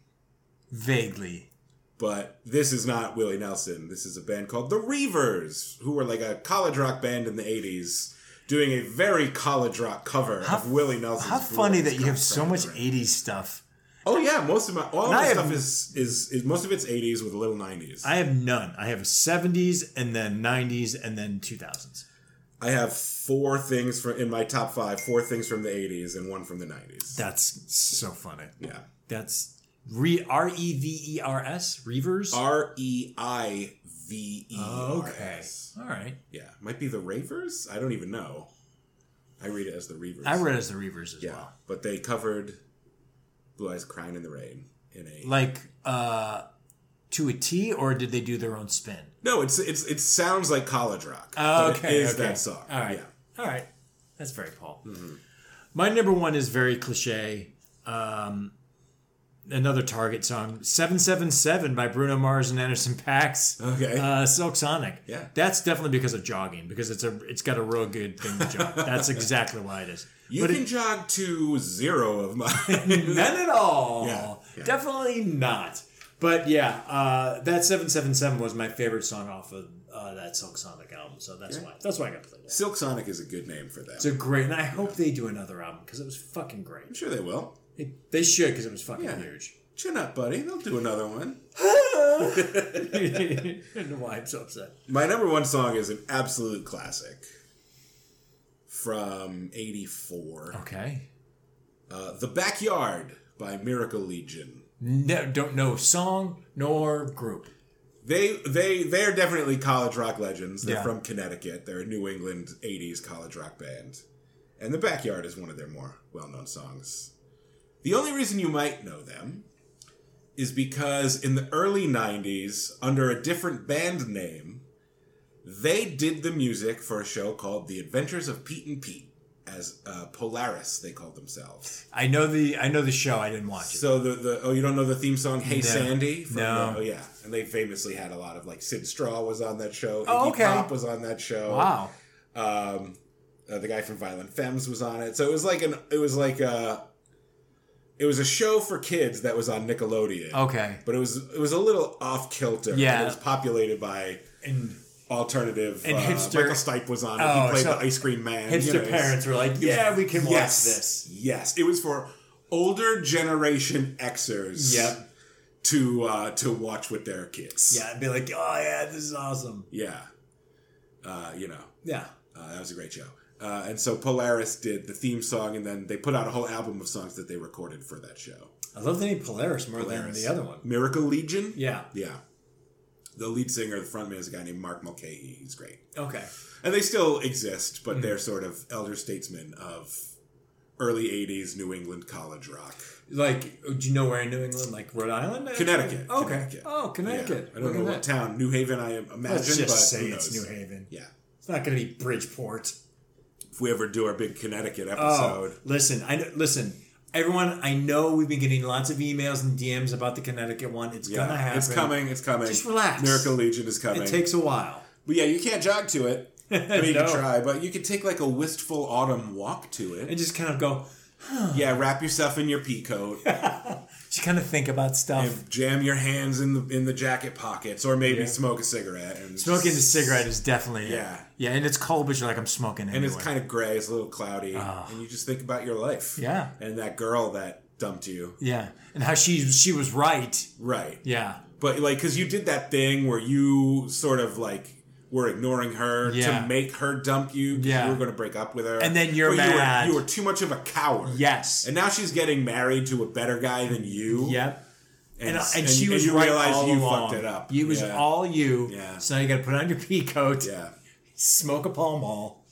Speaker 2: vaguely.
Speaker 1: But this is not Willie Nelson. This is a band called The Reavers, who were like a college rock band in the 80s, doing a very college rock cover
Speaker 2: How-
Speaker 1: of Willie Nelson's
Speaker 2: How
Speaker 1: Blue
Speaker 2: funny
Speaker 1: Eyes
Speaker 2: that you have so
Speaker 1: Crying in
Speaker 2: much
Speaker 1: the Rain.
Speaker 2: '80s stuff.
Speaker 1: Oh, yeah. Most of my, all
Speaker 2: And
Speaker 1: my
Speaker 2: I have-
Speaker 1: stuff is, is, is, most of it's 80s with a little 90s.
Speaker 2: I have none. I have '70s and then '90s and then 2000s.
Speaker 1: I have four things from in my top five, four things from the 80s and one from the 90s.
Speaker 2: That's so funny.
Speaker 1: Yeah.
Speaker 2: That's re R E V E R S Reavers.
Speaker 1: R E I V E.
Speaker 2: Oh, Okay. All right.
Speaker 1: Yeah. Might be the Ravers? I don't even know. I read it as the Reavers.
Speaker 2: I read it as the Reavers as
Speaker 1: Yeah.
Speaker 2: well.
Speaker 1: But they covered Blue Eyes Crying in the Rain in a.
Speaker 2: Like uh to a T, or did they do their own spin?
Speaker 1: no, it's it's it sounds like college rock.
Speaker 2: Oh,
Speaker 1: but
Speaker 2: okay,
Speaker 1: It is
Speaker 2: okay.
Speaker 1: that song.
Speaker 2: All right.
Speaker 1: Yeah.
Speaker 2: All right. That's very Paul. Mm-hmm. My number one is very cliche. Um, another Target song, 777 by Bruno Mars and Anderson Pax.
Speaker 1: Okay.
Speaker 2: Uh, Silk Sonic.
Speaker 1: Yeah.
Speaker 2: That's definitely because of jogging, because it's a it's got a real good thing to [LAUGHS] jog. That's exactly why it is.
Speaker 1: you
Speaker 2: But
Speaker 1: can
Speaker 2: it-
Speaker 1: jog to zero of
Speaker 2: [LAUGHS]
Speaker 1: mine.
Speaker 2: None at all.
Speaker 1: Yeah, yeah.
Speaker 2: Definitely not. But yeah, uh, that seven seven seven was my favorite song off of uh, that Silk Sonic album, so that's why that's why I got to play that.
Speaker 1: Silk Sonic is a good name for that.
Speaker 2: It's a great, and I hope they do another album because it was fucking
Speaker 1: I'm
Speaker 2: great.
Speaker 1: sure they will.
Speaker 2: It, they should because it was fucking
Speaker 1: Yeah.
Speaker 2: huge. [LAUGHS]
Speaker 1: Chin up, buddy. They'll do another one.
Speaker 2: I don't know why I'm so upset.
Speaker 1: My number one song is an absolute classic from 84.
Speaker 2: Oh. Okay,
Speaker 1: Uh, the Backyard by Miracle Legion.
Speaker 2: no, don't know song nor group.
Speaker 1: They they they're definitely college rock legends. They're
Speaker 2: Yeah.
Speaker 1: from Connecticut. They're a New England 80s college rock band. And The Backyard is one of their more well-known songs. The only reason you might know them is because in the early 90s, under a different band name, they did the music for a show called The Adventures of Pete and Pete, as uh, Polaris, they called themselves.
Speaker 2: I know the I know the show. I didn't watch it.
Speaker 1: So, the, the oh, you don't know the theme song, Hey
Speaker 2: No.
Speaker 1: Sandy?
Speaker 2: No.
Speaker 1: the- oh, yeah. And they famously had a lot of, like, Sid Straw was on that show,
Speaker 2: Oh,
Speaker 1: Iggy
Speaker 2: okay.
Speaker 1: Pop was on that show.
Speaker 2: wow.
Speaker 1: Um, uh, the guy from Violent Femmes was on it. So it was like an it was like a it was a show for kids that was on Nickelodeon.
Speaker 2: Okay.
Speaker 1: But it was it was a little off kilter.
Speaker 2: Oh. Yeah.
Speaker 1: It was populated by
Speaker 2: And
Speaker 1: alternative
Speaker 2: And
Speaker 1: uh,
Speaker 2: hipster-
Speaker 1: Michael Stipe was on it.
Speaker 2: Oh,
Speaker 1: he played
Speaker 2: so-
Speaker 1: the ice cream man. you know,
Speaker 2: hipster
Speaker 1: it's-
Speaker 2: parents were like, "Yeah, we can
Speaker 1: yes,
Speaker 2: watch this."
Speaker 1: Yes. It was for older generation Xers
Speaker 2: Yep.
Speaker 1: to uh to watch with their kids.
Speaker 2: Yeah, I'd be like, "Oh yeah, this is awesome."
Speaker 1: Yeah. Uh, you know.
Speaker 2: Yeah.
Speaker 1: Uh, that was a great show. Uh, and so Polaris did the theme song, and then they put out a whole album of songs that they recorded for that show.
Speaker 2: I love the name Polaris more
Speaker 1: Polaris.
Speaker 2: than the other one.
Speaker 1: Miracle Legion?
Speaker 2: Yeah.
Speaker 1: Yeah. The lead singer, the frontman, is a guy named Mark Mulcahy. He's great.
Speaker 2: Okay.
Speaker 1: And they still exist,
Speaker 2: Hmm.
Speaker 1: but they're sort of elder statesmen of early 80s New England college rock.
Speaker 2: Like, do you know where in New England? Like Rhode Island?
Speaker 1: Connecticut.
Speaker 2: Okay.
Speaker 1: Connecticut.
Speaker 2: Oh, Connecticut.
Speaker 1: Yeah. I don't know
Speaker 2: Look
Speaker 1: what
Speaker 2: at that.
Speaker 1: town. New Haven, I imagine.
Speaker 2: Let's
Speaker 1: but
Speaker 2: just
Speaker 1: who
Speaker 2: say it's
Speaker 1: knows?
Speaker 2: New Haven.
Speaker 1: Yeah.
Speaker 2: It's not going to be Bridgeport.
Speaker 1: If we ever do our big Connecticut
Speaker 2: Oh,
Speaker 1: episode.
Speaker 2: listen, I know, listen, everyone. I know we've been getting lots of emails and DMs about the Connecticut one. It's
Speaker 1: yeah.
Speaker 2: gonna happen.
Speaker 1: It's coming. It's coming.
Speaker 2: Just relax.
Speaker 1: Miracle Legion is coming.
Speaker 2: It takes a while.
Speaker 1: But yeah, you can't jog to
Speaker 2: [LAUGHS]
Speaker 1: it. [LAUGHS] I mean, you
Speaker 2: No.
Speaker 1: can try, but you could take like a wistful autumn walk to
Speaker 2: And
Speaker 1: it.
Speaker 2: just kind of go.
Speaker 1: Yeah, wrap yourself in your pea coat
Speaker 2: Just kind of think about stuff.
Speaker 1: and jam your hands in the in the jacket pockets, or maybe
Speaker 2: Yeah.
Speaker 1: smoke a cigarette. And
Speaker 2: Smoking the cigarette is definitely it.
Speaker 1: Yeah.
Speaker 2: yeah, and it's cold, but you're like I'm smoking anyway. Ah.
Speaker 1: and it's kind of gray, it's a little cloudy, and you just think about your life.
Speaker 2: Yeah.
Speaker 1: and that girl that dumped you,
Speaker 2: yeah, and how she she was right.
Speaker 1: right?
Speaker 2: Yeah,
Speaker 1: But like, because you did that thing where you sort of like were ignoring her
Speaker 2: Yeah.
Speaker 1: to make her dump you. 'cause
Speaker 2: Yeah.
Speaker 1: you were going to break up with her,
Speaker 2: And then you're
Speaker 1: But you were-
Speaker 2: mad.
Speaker 1: You were, too much of a coward.
Speaker 2: yes,
Speaker 1: And now she's getting married to a better guy than you.
Speaker 2: yep. And, uh, and,
Speaker 1: and-
Speaker 2: she
Speaker 1: and
Speaker 2: was
Speaker 1: you
Speaker 2: right
Speaker 1: realize
Speaker 2: all
Speaker 1: you
Speaker 2: along.
Speaker 1: fucked it up.
Speaker 2: It was
Speaker 1: Yeah.
Speaker 2: all you.
Speaker 1: Yeah.
Speaker 2: So now you got to put on your [LAUGHS] pea coat,
Speaker 1: Yeah.
Speaker 2: smoke a Pall Mall.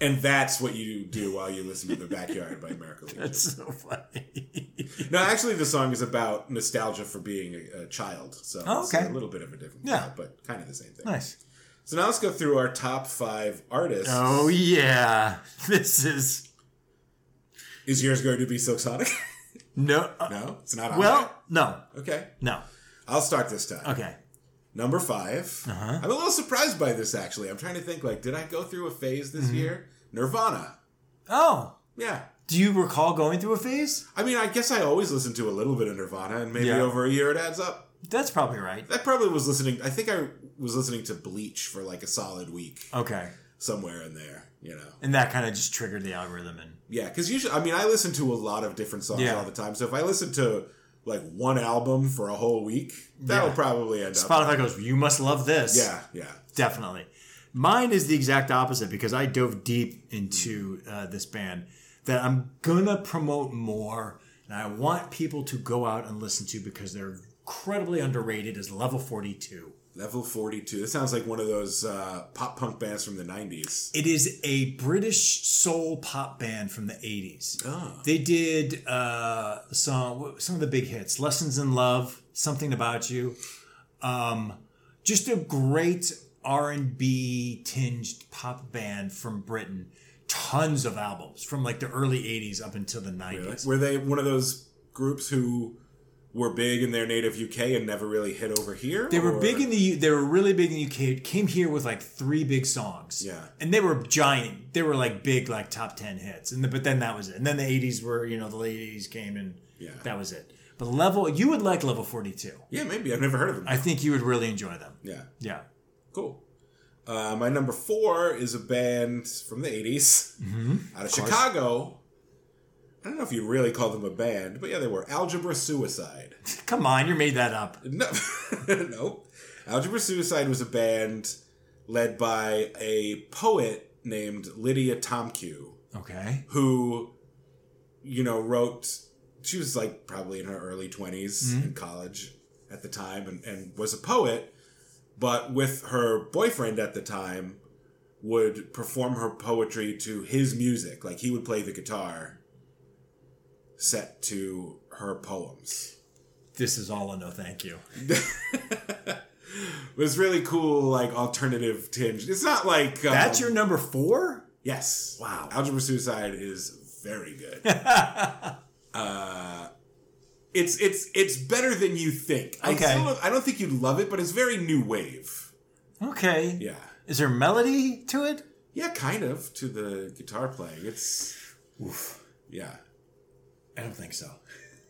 Speaker 1: And that's what you do while you listen to The Backyard by Miracle Legion.
Speaker 2: [LAUGHS] That's so funny.
Speaker 1: No, actually, the song is about nostalgia for being a, a child. So
Speaker 2: Oh,
Speaker 1: it's
Speaker 2: okay.
Speaker 1: a little bit of a different
Speaker 2: Yeah.
Speaker 1: vibe, but kind of the same thing.
Speaker 2: nice.
Speaker 1: So now let's go through our top five artists.
Speaker 2: Oh yeah, this is
Speaker 1: Is yours going to be Silk Sonic? [LAUGHS]
Speaker 2: no. uh,
Speaker 1: no, it's not on
Speaker 2: Well, no,
Speaker 1: there. Okay.
Speaker 2: no.
Speaker 1: I'll start this time.
Speaker 2: Okay.
Speaker 1: Number 5
Speaker 2: Uh-huh.
Speaker 1: I'm a little surprised by this, actually. I'm trying to think, like, did I go through a phase
Speaker 2: Mm-hmm.
Speaker 1: this year? Nirvana.
Speaker 2: Oh,
Speaker 1: Yeah.
Speaker 2: do you recall going through a phase?
Speaker 1: I mean, I guess I always listen to a little bit of Nirvana, and maybe
Speaker 2: Yeah.
Speaker 1: over a year it adds up.
Speaker 2: That's probably right.
Speaker 1: I probably was listening. I think I was listening to Bleach for like a solid week
Speaker 2: Okay,
Speaker 1: somewhere in there. You know,
Speaker 2: and that kind of just triggered the algorithm, and
Speaker 1: yeah, because usually, I mean, I listen to a lot of different songs
Speaker 2: Yeah.
Speaker 1: all the time. So if I listen to like one album for a whole week, that'll
Speaker 2: Yeah.
Speaker 1: probably end up.
Speaker 2: Spotify goes, "You must love this."
Speaker 1: Yeah, yeah.
Speaker 2: definitely. Mine is the exact opposite because I dove deep into uh, this band that I'm gonna promote more, and I want people to go out and listen to because they're incredibly underrated. Is Level Forty Two.
Speaker 1: Level forty two. This sounds like one of those uh, pop punk bands from the nineties.
Speaker 2: It is a British soul pop band from the 80s.
Speaker 1: Oh.
Speaker 2: They did uh, some, some of the big hits Lessons in Love, Something About You. Um, just a great R&B tinged pop band from Britain. Tons of albums from like the early 80s up until the 90s.
Speaker 1: Were they one of those groups who were big in their native UK and never really hit over here?
Speaker 2: They were
Speaker 1: or-
Speaker 2: big in the U- they were really big in the UK. Came here with like three big songs.
Speaker 1: Yeah.
Speaker 2: and they were giant. They were like big, like top ten hits. And the, but then that was it. And then the eighties were you know the late eighties came and
Speaker 1: Yeah.
Speaker 2: that was it. But level you would like level forty two.
Speaker 1: Yeah, maybe I've never heard of them.
Speaker 2: I think you would really enjoy them.
Speaker 1: yeah.
Speaker 2: Yeah.
Speaker 1: Cool. Uh, my number four is a band from the 80s
Speaker 2: Mm-hmm.
Speaker 1: out of, Chicago. I don't know if you really call them a band, but yeah, they were Algebra Suicide.
Speaker 2: Come on, you made that up.
Speaker 1: No, [LAUGHS] nope. Algebra Suicide was a band led by a poet named Lydia Tomku,
Speaker 2: Okay.
Speaker 1: who, you know, wrote. She was like probably in her early 20s in college at the time and, and was a poet, but with her boyfriend at the time, would perform her poetry to his music. Like he would play the guitar set to her poems.
Speaker 2: this is all a no thank you.
Speaker 1: But it's really cool, like alternative tinge. It's not like um,
Speaker 2: That's your number four? [LAUGHS]
Speaker 1: yes.
Speaker 2: Wow.
Speaker 1: Algebra Suicide is very good. [LAUGHS] uh, it's it's it's better than you think. I,
Speaker 2: Okay.
Speaker 1: still don't, I don't think you'd love it, but it's very new wave.
Speaker 2: Okay.
Speaker 1: Yeah,
Speaker 2: Is there melody to it?
Speaker 1: yeah, kind of to the guitar playing. It's yeah.
Speaker 2: I don't think so.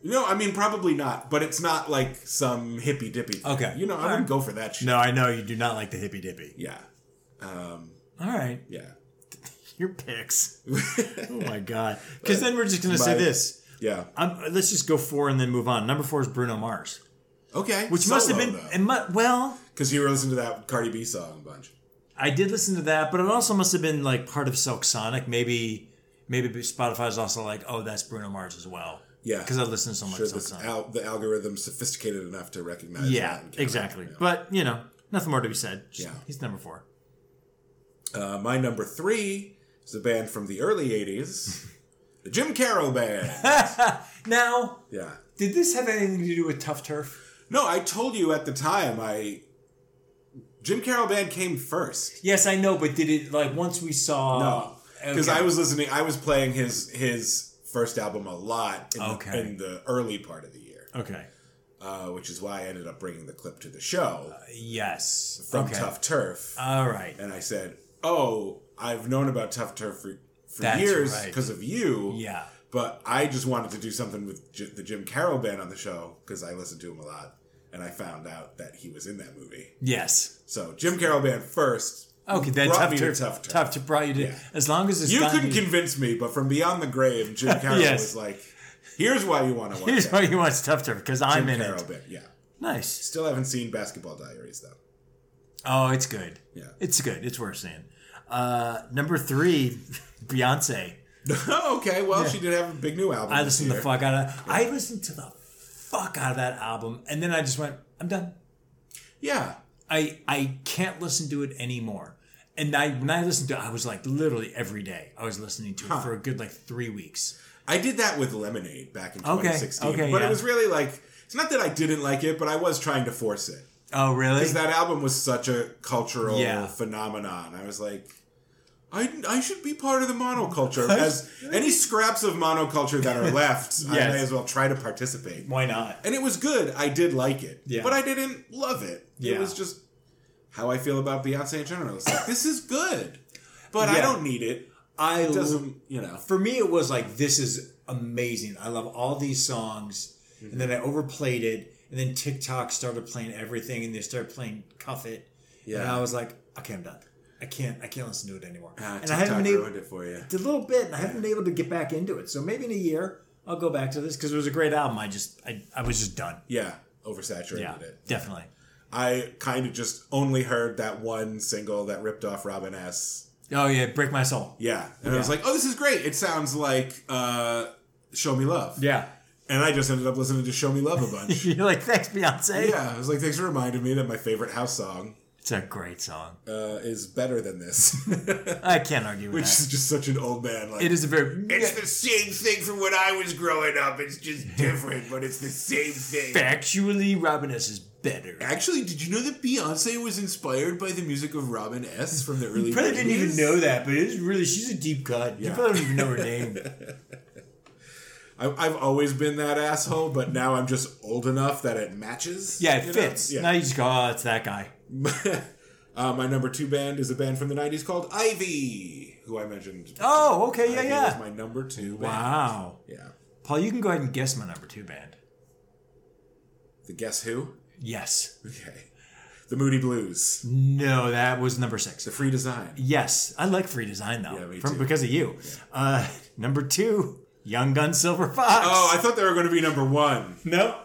Speaker 1: No, I mean probably not, but it's not like some hippy dippy.
Speaker 2: Okay.
Speaker 1: you know I wouldn't go for that shit.
Speaker 2: No, I know you do not like the hippy dippy.
Speaker 1: Yeah, um,
Speaker 2: All right.
Speaker 1: yeah, [LAUGHS]
Speaker 2: Your picks. oh my god. Because then we're just gonna say
Speaker 1: My-
Speaker 2: this.
Speaker 1: yeah.
Speaker 2: I'm, let's just go four and then move on. Number four is Bruno Mars,
Speaker 1: Okay,
Speaker 2: which must have been. It mu- well,
Speaker 1: because you were listening to that Cardi B song a bunch.
Speaker 2: I did listen to that, but it also must have been like part of Silk Sonic. Maybe, maybe Spotify's also like, oh, that's Bruno Mars as well.
Speaker 1: Yeah.
Speaker 2: because I listen to so much
Speaker 1: Sure,
Speaker 2: Silk
Speaker 1: this
Speaker 2: Sonic.
Speaker 1: al- the algorithm sophisticated enough to recognize.
Speaker 2: yeah,
Speaker 1: that and count.
Speaker 2: exactly. But you know, nothing more to be said. Just-
Speaker 1: Yeah.
Speaker 2: he's number four. [LAUGHS]
Speaker 1: Uh, my number three is a band from the early '80s, the Jim Carroll
Speaker 2: [LAUGHS]
Speaker 1: Band.
Speaker 2: Now,
Speaker 1: yeah.
Speaker 2: did this have anything to do with Tough Turf?
Speaker 1: No, I told you at the time. I Jim Carroll Band came first.
Speaker 2: Yes, I know, but did it like once we saw?
Speaker 1: No, because
Speaker 2: Oh, Okay.
Speaker 1: I was listening. I was playing his his first album a lot in,
Speaker 2: Okay.
Speaker 1: the, in the early part of the year,
Speaker 2: okay.
Speaker 1: uh, which is why I ended up bringing the clip to the show
Speaker 2: Yes.
Speaker 1: from
Speaker 2: Uh, okay. Uh,
Speaker 1: Tough Turf.
Speaker 2: All right.
Speaker 1: and I said, "Oh, I've known about Tough Turf for, for
Speaker 2: That's
Speaker 1: years
Speaker 2: right.
Speaker 1: because of you."
Speaker 2: Yeah.
Speaker 1: but I just wanted to do something with J- the Jim Carroll Band on the show because I listened to him a lot, and I found out that he was in that movie.
Speaker 2: Yes.
Speaker 1: So Jim Carroll Band first.
Speaker 2: Okay, that
Speaker 1: Brought
Speaker 2: tough
Speaker 1: me to
Speaker 2: turf,
Speaker 1: Tough
Speaker 2: tough
Speaker 1: Turf.
Speaker 2: turf. brought you to.
Speaker 1: Yeah.
Speaker 2: As long as it's
Speaker 1: You
Speaker 2: gotten
Speaker 1: couldn't
Speaker 2: you-
Speaker 1: convince me, but from beyond the grave,
Speaker 2: [LAUGHS]
Speaker 1: Jim Carroll
Speaker 2: Yes.
Speaker 1: was like, "Here's why you want to watch
Speaker 2: Here's
Speaker 1: that
Speaker 2: why [LAUGHS] you watch tough turf because I'm
Speaker 1: Jim
Speaker 2: in
Speaker 1: Carroll
Speaker 2: it.
Speaker 1: bit." Yeah,
Speaker 2: Nice.
Speaker 1: still haven't seen Basketball Diaries
Speaker 2: [LAUGHS]
Speaker 1: though. [LAUGHS]
Speaker 2: Oh, it's good.
Speaker 1: Yeah.
Speaker 2: It's good. It's worth seeing. Uh, number three, Beyonce.
Speaker 1: okay, well, she did have a big new album.
Speaker 2: I
Speaker 1: this
Speaker 2: listened to the
Speaker 1: year.
Speaker 2: fuck out of. I listened to the fuck out of that album, and then I just went, I'm done.
Speaker 1: Yeah,
Speaker 2: I I can't listen to it anymore. And I when I listened to, it, I was like literally every day. I was listening to it for a good like three weeks.
Speaker 1: I did that with Lemonade back in
Speaker 2: Okay,
Speaker 1: 2016.
Speaker 2: okay,
Speaker 1: but
Speaker 2: yeah.
Speaker 1: it was really like it's not that I didn't like it, but I was trying to force it.
Speaker 2: Oh, really?
Speaker 1: Because that album was such a cultural
Speaker 2: Yeah.
Speaker 1: phenomenon. I was like, I, I should be part of the
Speaker 2: [LAUGHS]
Speaker 1: monoculture. As any scraps of monoculture that are left, I
Speaker 2: Yes.
Speaker 1: may as well try to participate.
Speaker 2: Why not?
Speaker 1: And it was good. I did like it.
Speaker 2: Yeah.
Speaker 1: But I didn't love it. It
Speaker 2: Yeah.
Speaker 1: was just how I feel about Beyonce in general. It's like, this is good. But I
Speaker 2: Yeah.
Speaker 1: don't need it.
Speaker 2: I
Speaker 1: It doesn't, you know.
Speaker 2: for me it was like this is amazing i love all these songs and then i overplayed it and then tiktok started playing everything and they started playing cuff it and
Speaker 1: Yeah.
Speaker 2: i was like okay i'm done i can't i can't listen to it anymore
Speaker 1: Ah,
Speaker 2: and i
Speaker 1: TikTok
Speaker 2: haven't been able
Speaker 1: ruined it for you.
Speaker 2: a little bit and i haven't been able to get back into it so maybe in a year i'll go back to this because it was a great album i just i, I was just done
Speaker 1: Yeah. Oversaturated
Speaker 2: yeah
Speaker 1: it.
Speaker 2: definitely
Speaker 1: I kind of just only heard that one single that ripped off Robin S.
Speaker 2: oh yeah break my soul
Speaker 1: Yeah. And I was like, oh, this is great. It sounds like uh, Show Me Love.
Speaker 2: yeah [LAUGHS]
Speaker 1: And I just ended up listening to Show Me Love a bunch.
Speaker 2: you're like thanks beyonce
Speaker 1: yeah. I was like, thanks for reminding me that my favorite house song
Speaker 2: it's a great song
Speaker 1: uh, is better than this, [LAUGHS]
Speaker 2: i can't argue with
Speaker 1: which
Speaker 2: that
Speaker 1: is just such an old man. Like,
Speaker 2: it is a very
Speaker 1: It's the same thing from when I was growing up. It's just different, but it's the same thing.
Speaker 2: factually robin s is better
Speaker 1: Actually, did you know that Beyonce was inspired by the music of Robin S. from the early
Speaker 2: Probably didn't even
Speaker 1: 90s?
Speaker 2: know that, but it's really she's a deep cut. You
Speaker 1: Yeah.
Speaker 2: probably don't even know her
Speaker 1: [LAUGHS]
Speaker 2: name.
Speaker 1: I, I've always been that asshole, but now I'm just old enough that it matches.
Speaker 2: Yeah, it
Speaker 1: you know?
Speaker 2: fits. Now you just go, oh, it's that guy.
Speaker 1: [LAUGHS] uh, my number two band is a band from the '90s called Ivy, who I mentioned.
Speaker 2: Oh, okay, yeah,
Speaker 1: Ivy
Speaker 2: yeah.
Speaker 1: was my number two. Band.
Speaker 2: Wow,
Speaker 1: Yeah.
Speaker 2: Paul, you can go ahead and guess my number two band.
Speaker 1: The Guess Who?
Speaker 2: Yes.
Speaker 1: Okay. The Moody Blues.
Speaker 2: No, that was number
Speaker 1: The
Speaker 2: six.
Speaker 1: Free Design.
Speaker 2: Yes, I like free design though,
Speaker 1: Yeah, me
Speaker 2: from
Speaker 1: too.
Speaker 2: because of you. Uh, [LAUGHS] number two, Young Gun Silver Fox.
Speaker 1: Oh, I thought they were going to be number one.
Speaker 2: no.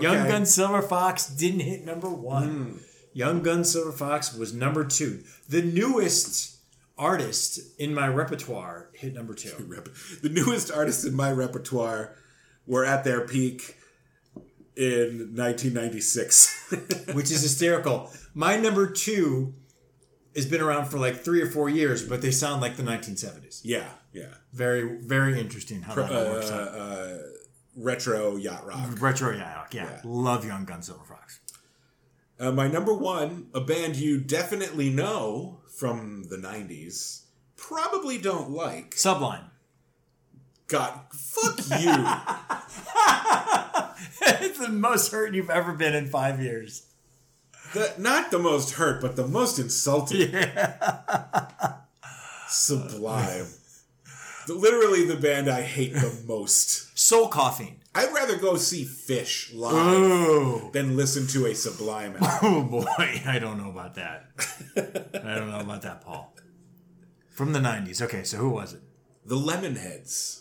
Speaker 2: Young
Speaker 1: Okay.
Speaker 2: Gun Silver Fox didn't hit number one. Hmm. Young Gun Silver Fox was number two. The newest artist in my repertoire hit number two. [LAUGHS]
Speaker 1: Rep- The newest artists in my repertoire were at their peak in 1996.
Speaker 2: which is hysterical. My number two has been around for like three or four years, but they sound like the 1970s.
Speaker 1: [LAUGHS] yeah, yeah.
Speaker 2: Very, very interesting how that all works
Speaker 1: uh,
Speaker 2: out.
Speaker 1: uh, retro yacht rock.
Speaker 2: Retro Yacht Rock, yeah.
Speaker 1: Yeah.
Speaker 2: Love Young Guns Silver Fox.
Speaker 1: Uh, my number one, a band you definitely know from the '90s, probably don't like.
Speaker 2: Sublime. [LAUGHS]
Speaker 1: God, fuck you.
Speaker 2: it's the most hurt you've ever been in five years.
Speaker 1: The, not the most hurt, but the most insulting. Sublime. The- literally the band I hate the most.
Speaker 2: Soul Coughing.
Speaker 1: I'd rather go see Fish live
Speaker 2: Oh.
Speaker 1: than listen to a Sublime
Speaker 2: [LAUGHS]
Speaker 1: album.
Speaker 2: Oh boy, I don't know about that. I don't know about that, Paul. From the 90s. Okay, so who was it?
Speaker 1: The
Speaker 2: [GASPS]
Speaker 1: Lemonheads.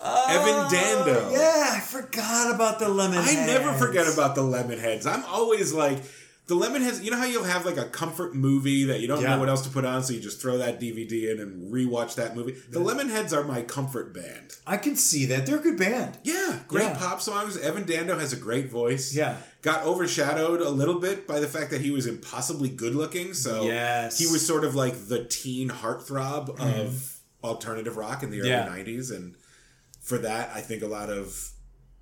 Speaker 1: Evan Dando.
Speaker 2: Oh, Yeah, I forgot about the lemon.
Speaker 1: I never forget about the Lemonheads. I'm always like, the Lemonheads, you know how you'll have like a comfort movie that you don't
Speaker 2: Yeah.
Speaker 1: know what else to put on, so you just throw that DVD in and rewatch that movie? The Lemonheads are my comfort band.
Speaker 2: I can see that. They're a good band.
Speaker 1: Yeah, great
Speaker 2: Yeah.
Speaker 1: pop songs. Evan Dando has a great voice.
Speaker 2: Yeah.
Speaker 1: Got overshadowed a little bit by the fact that he was impossibly good looking. So
Speaker 2: Yes.
Speaker 1: he was sort of like the teen heartthrob of alternative rock in the early
Speaker 2: Mm-hmm. Yeah.
Speaker 1: 90s. And for that, I think a lot of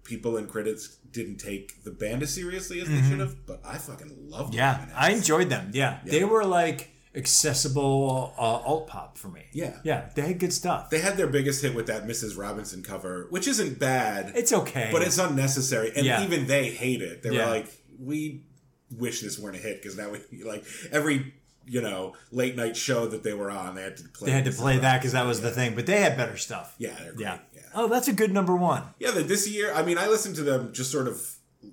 Speaker 1: people and critics didn't take the band as seriously as they should have. But I fucking loved
Speaker 2: Mm-hmm. Yeah,
Speaker 1: them.
Speaker 2: I enjoyed them. Yeah. They were like accessible uh, alt pop for me.
Speaker 1: Yeah.
Speaker 2: Yeah, they had good stuff.
Speaker 1: They had their biggest hit with that Mrs. Robinson cover, which isn't bad.
Speaker 2: it's okay.
Speaker 1: but it's unnecessary and
Speaker 2: Yeah.
Speaker 1: even they hate it they
Speaker 2: Yeah.
Speaker 1: were like we wish this weren't a hit because now we like every you know late night show that they were on they had to play
Speaker 2: they had to
Speaker 1: this
Speaker 2: play
Speaker 1: song.
Speaker 2: that because that was the thing, but they had better stuff.
Speaker 1: yeah they're great.
Speaker 2: Yeah.
Speaker 1: yeah yeah,
Speaker 2: Oh, that's a good number one.
Speaker 1: that this year i mean i listened to them just sort of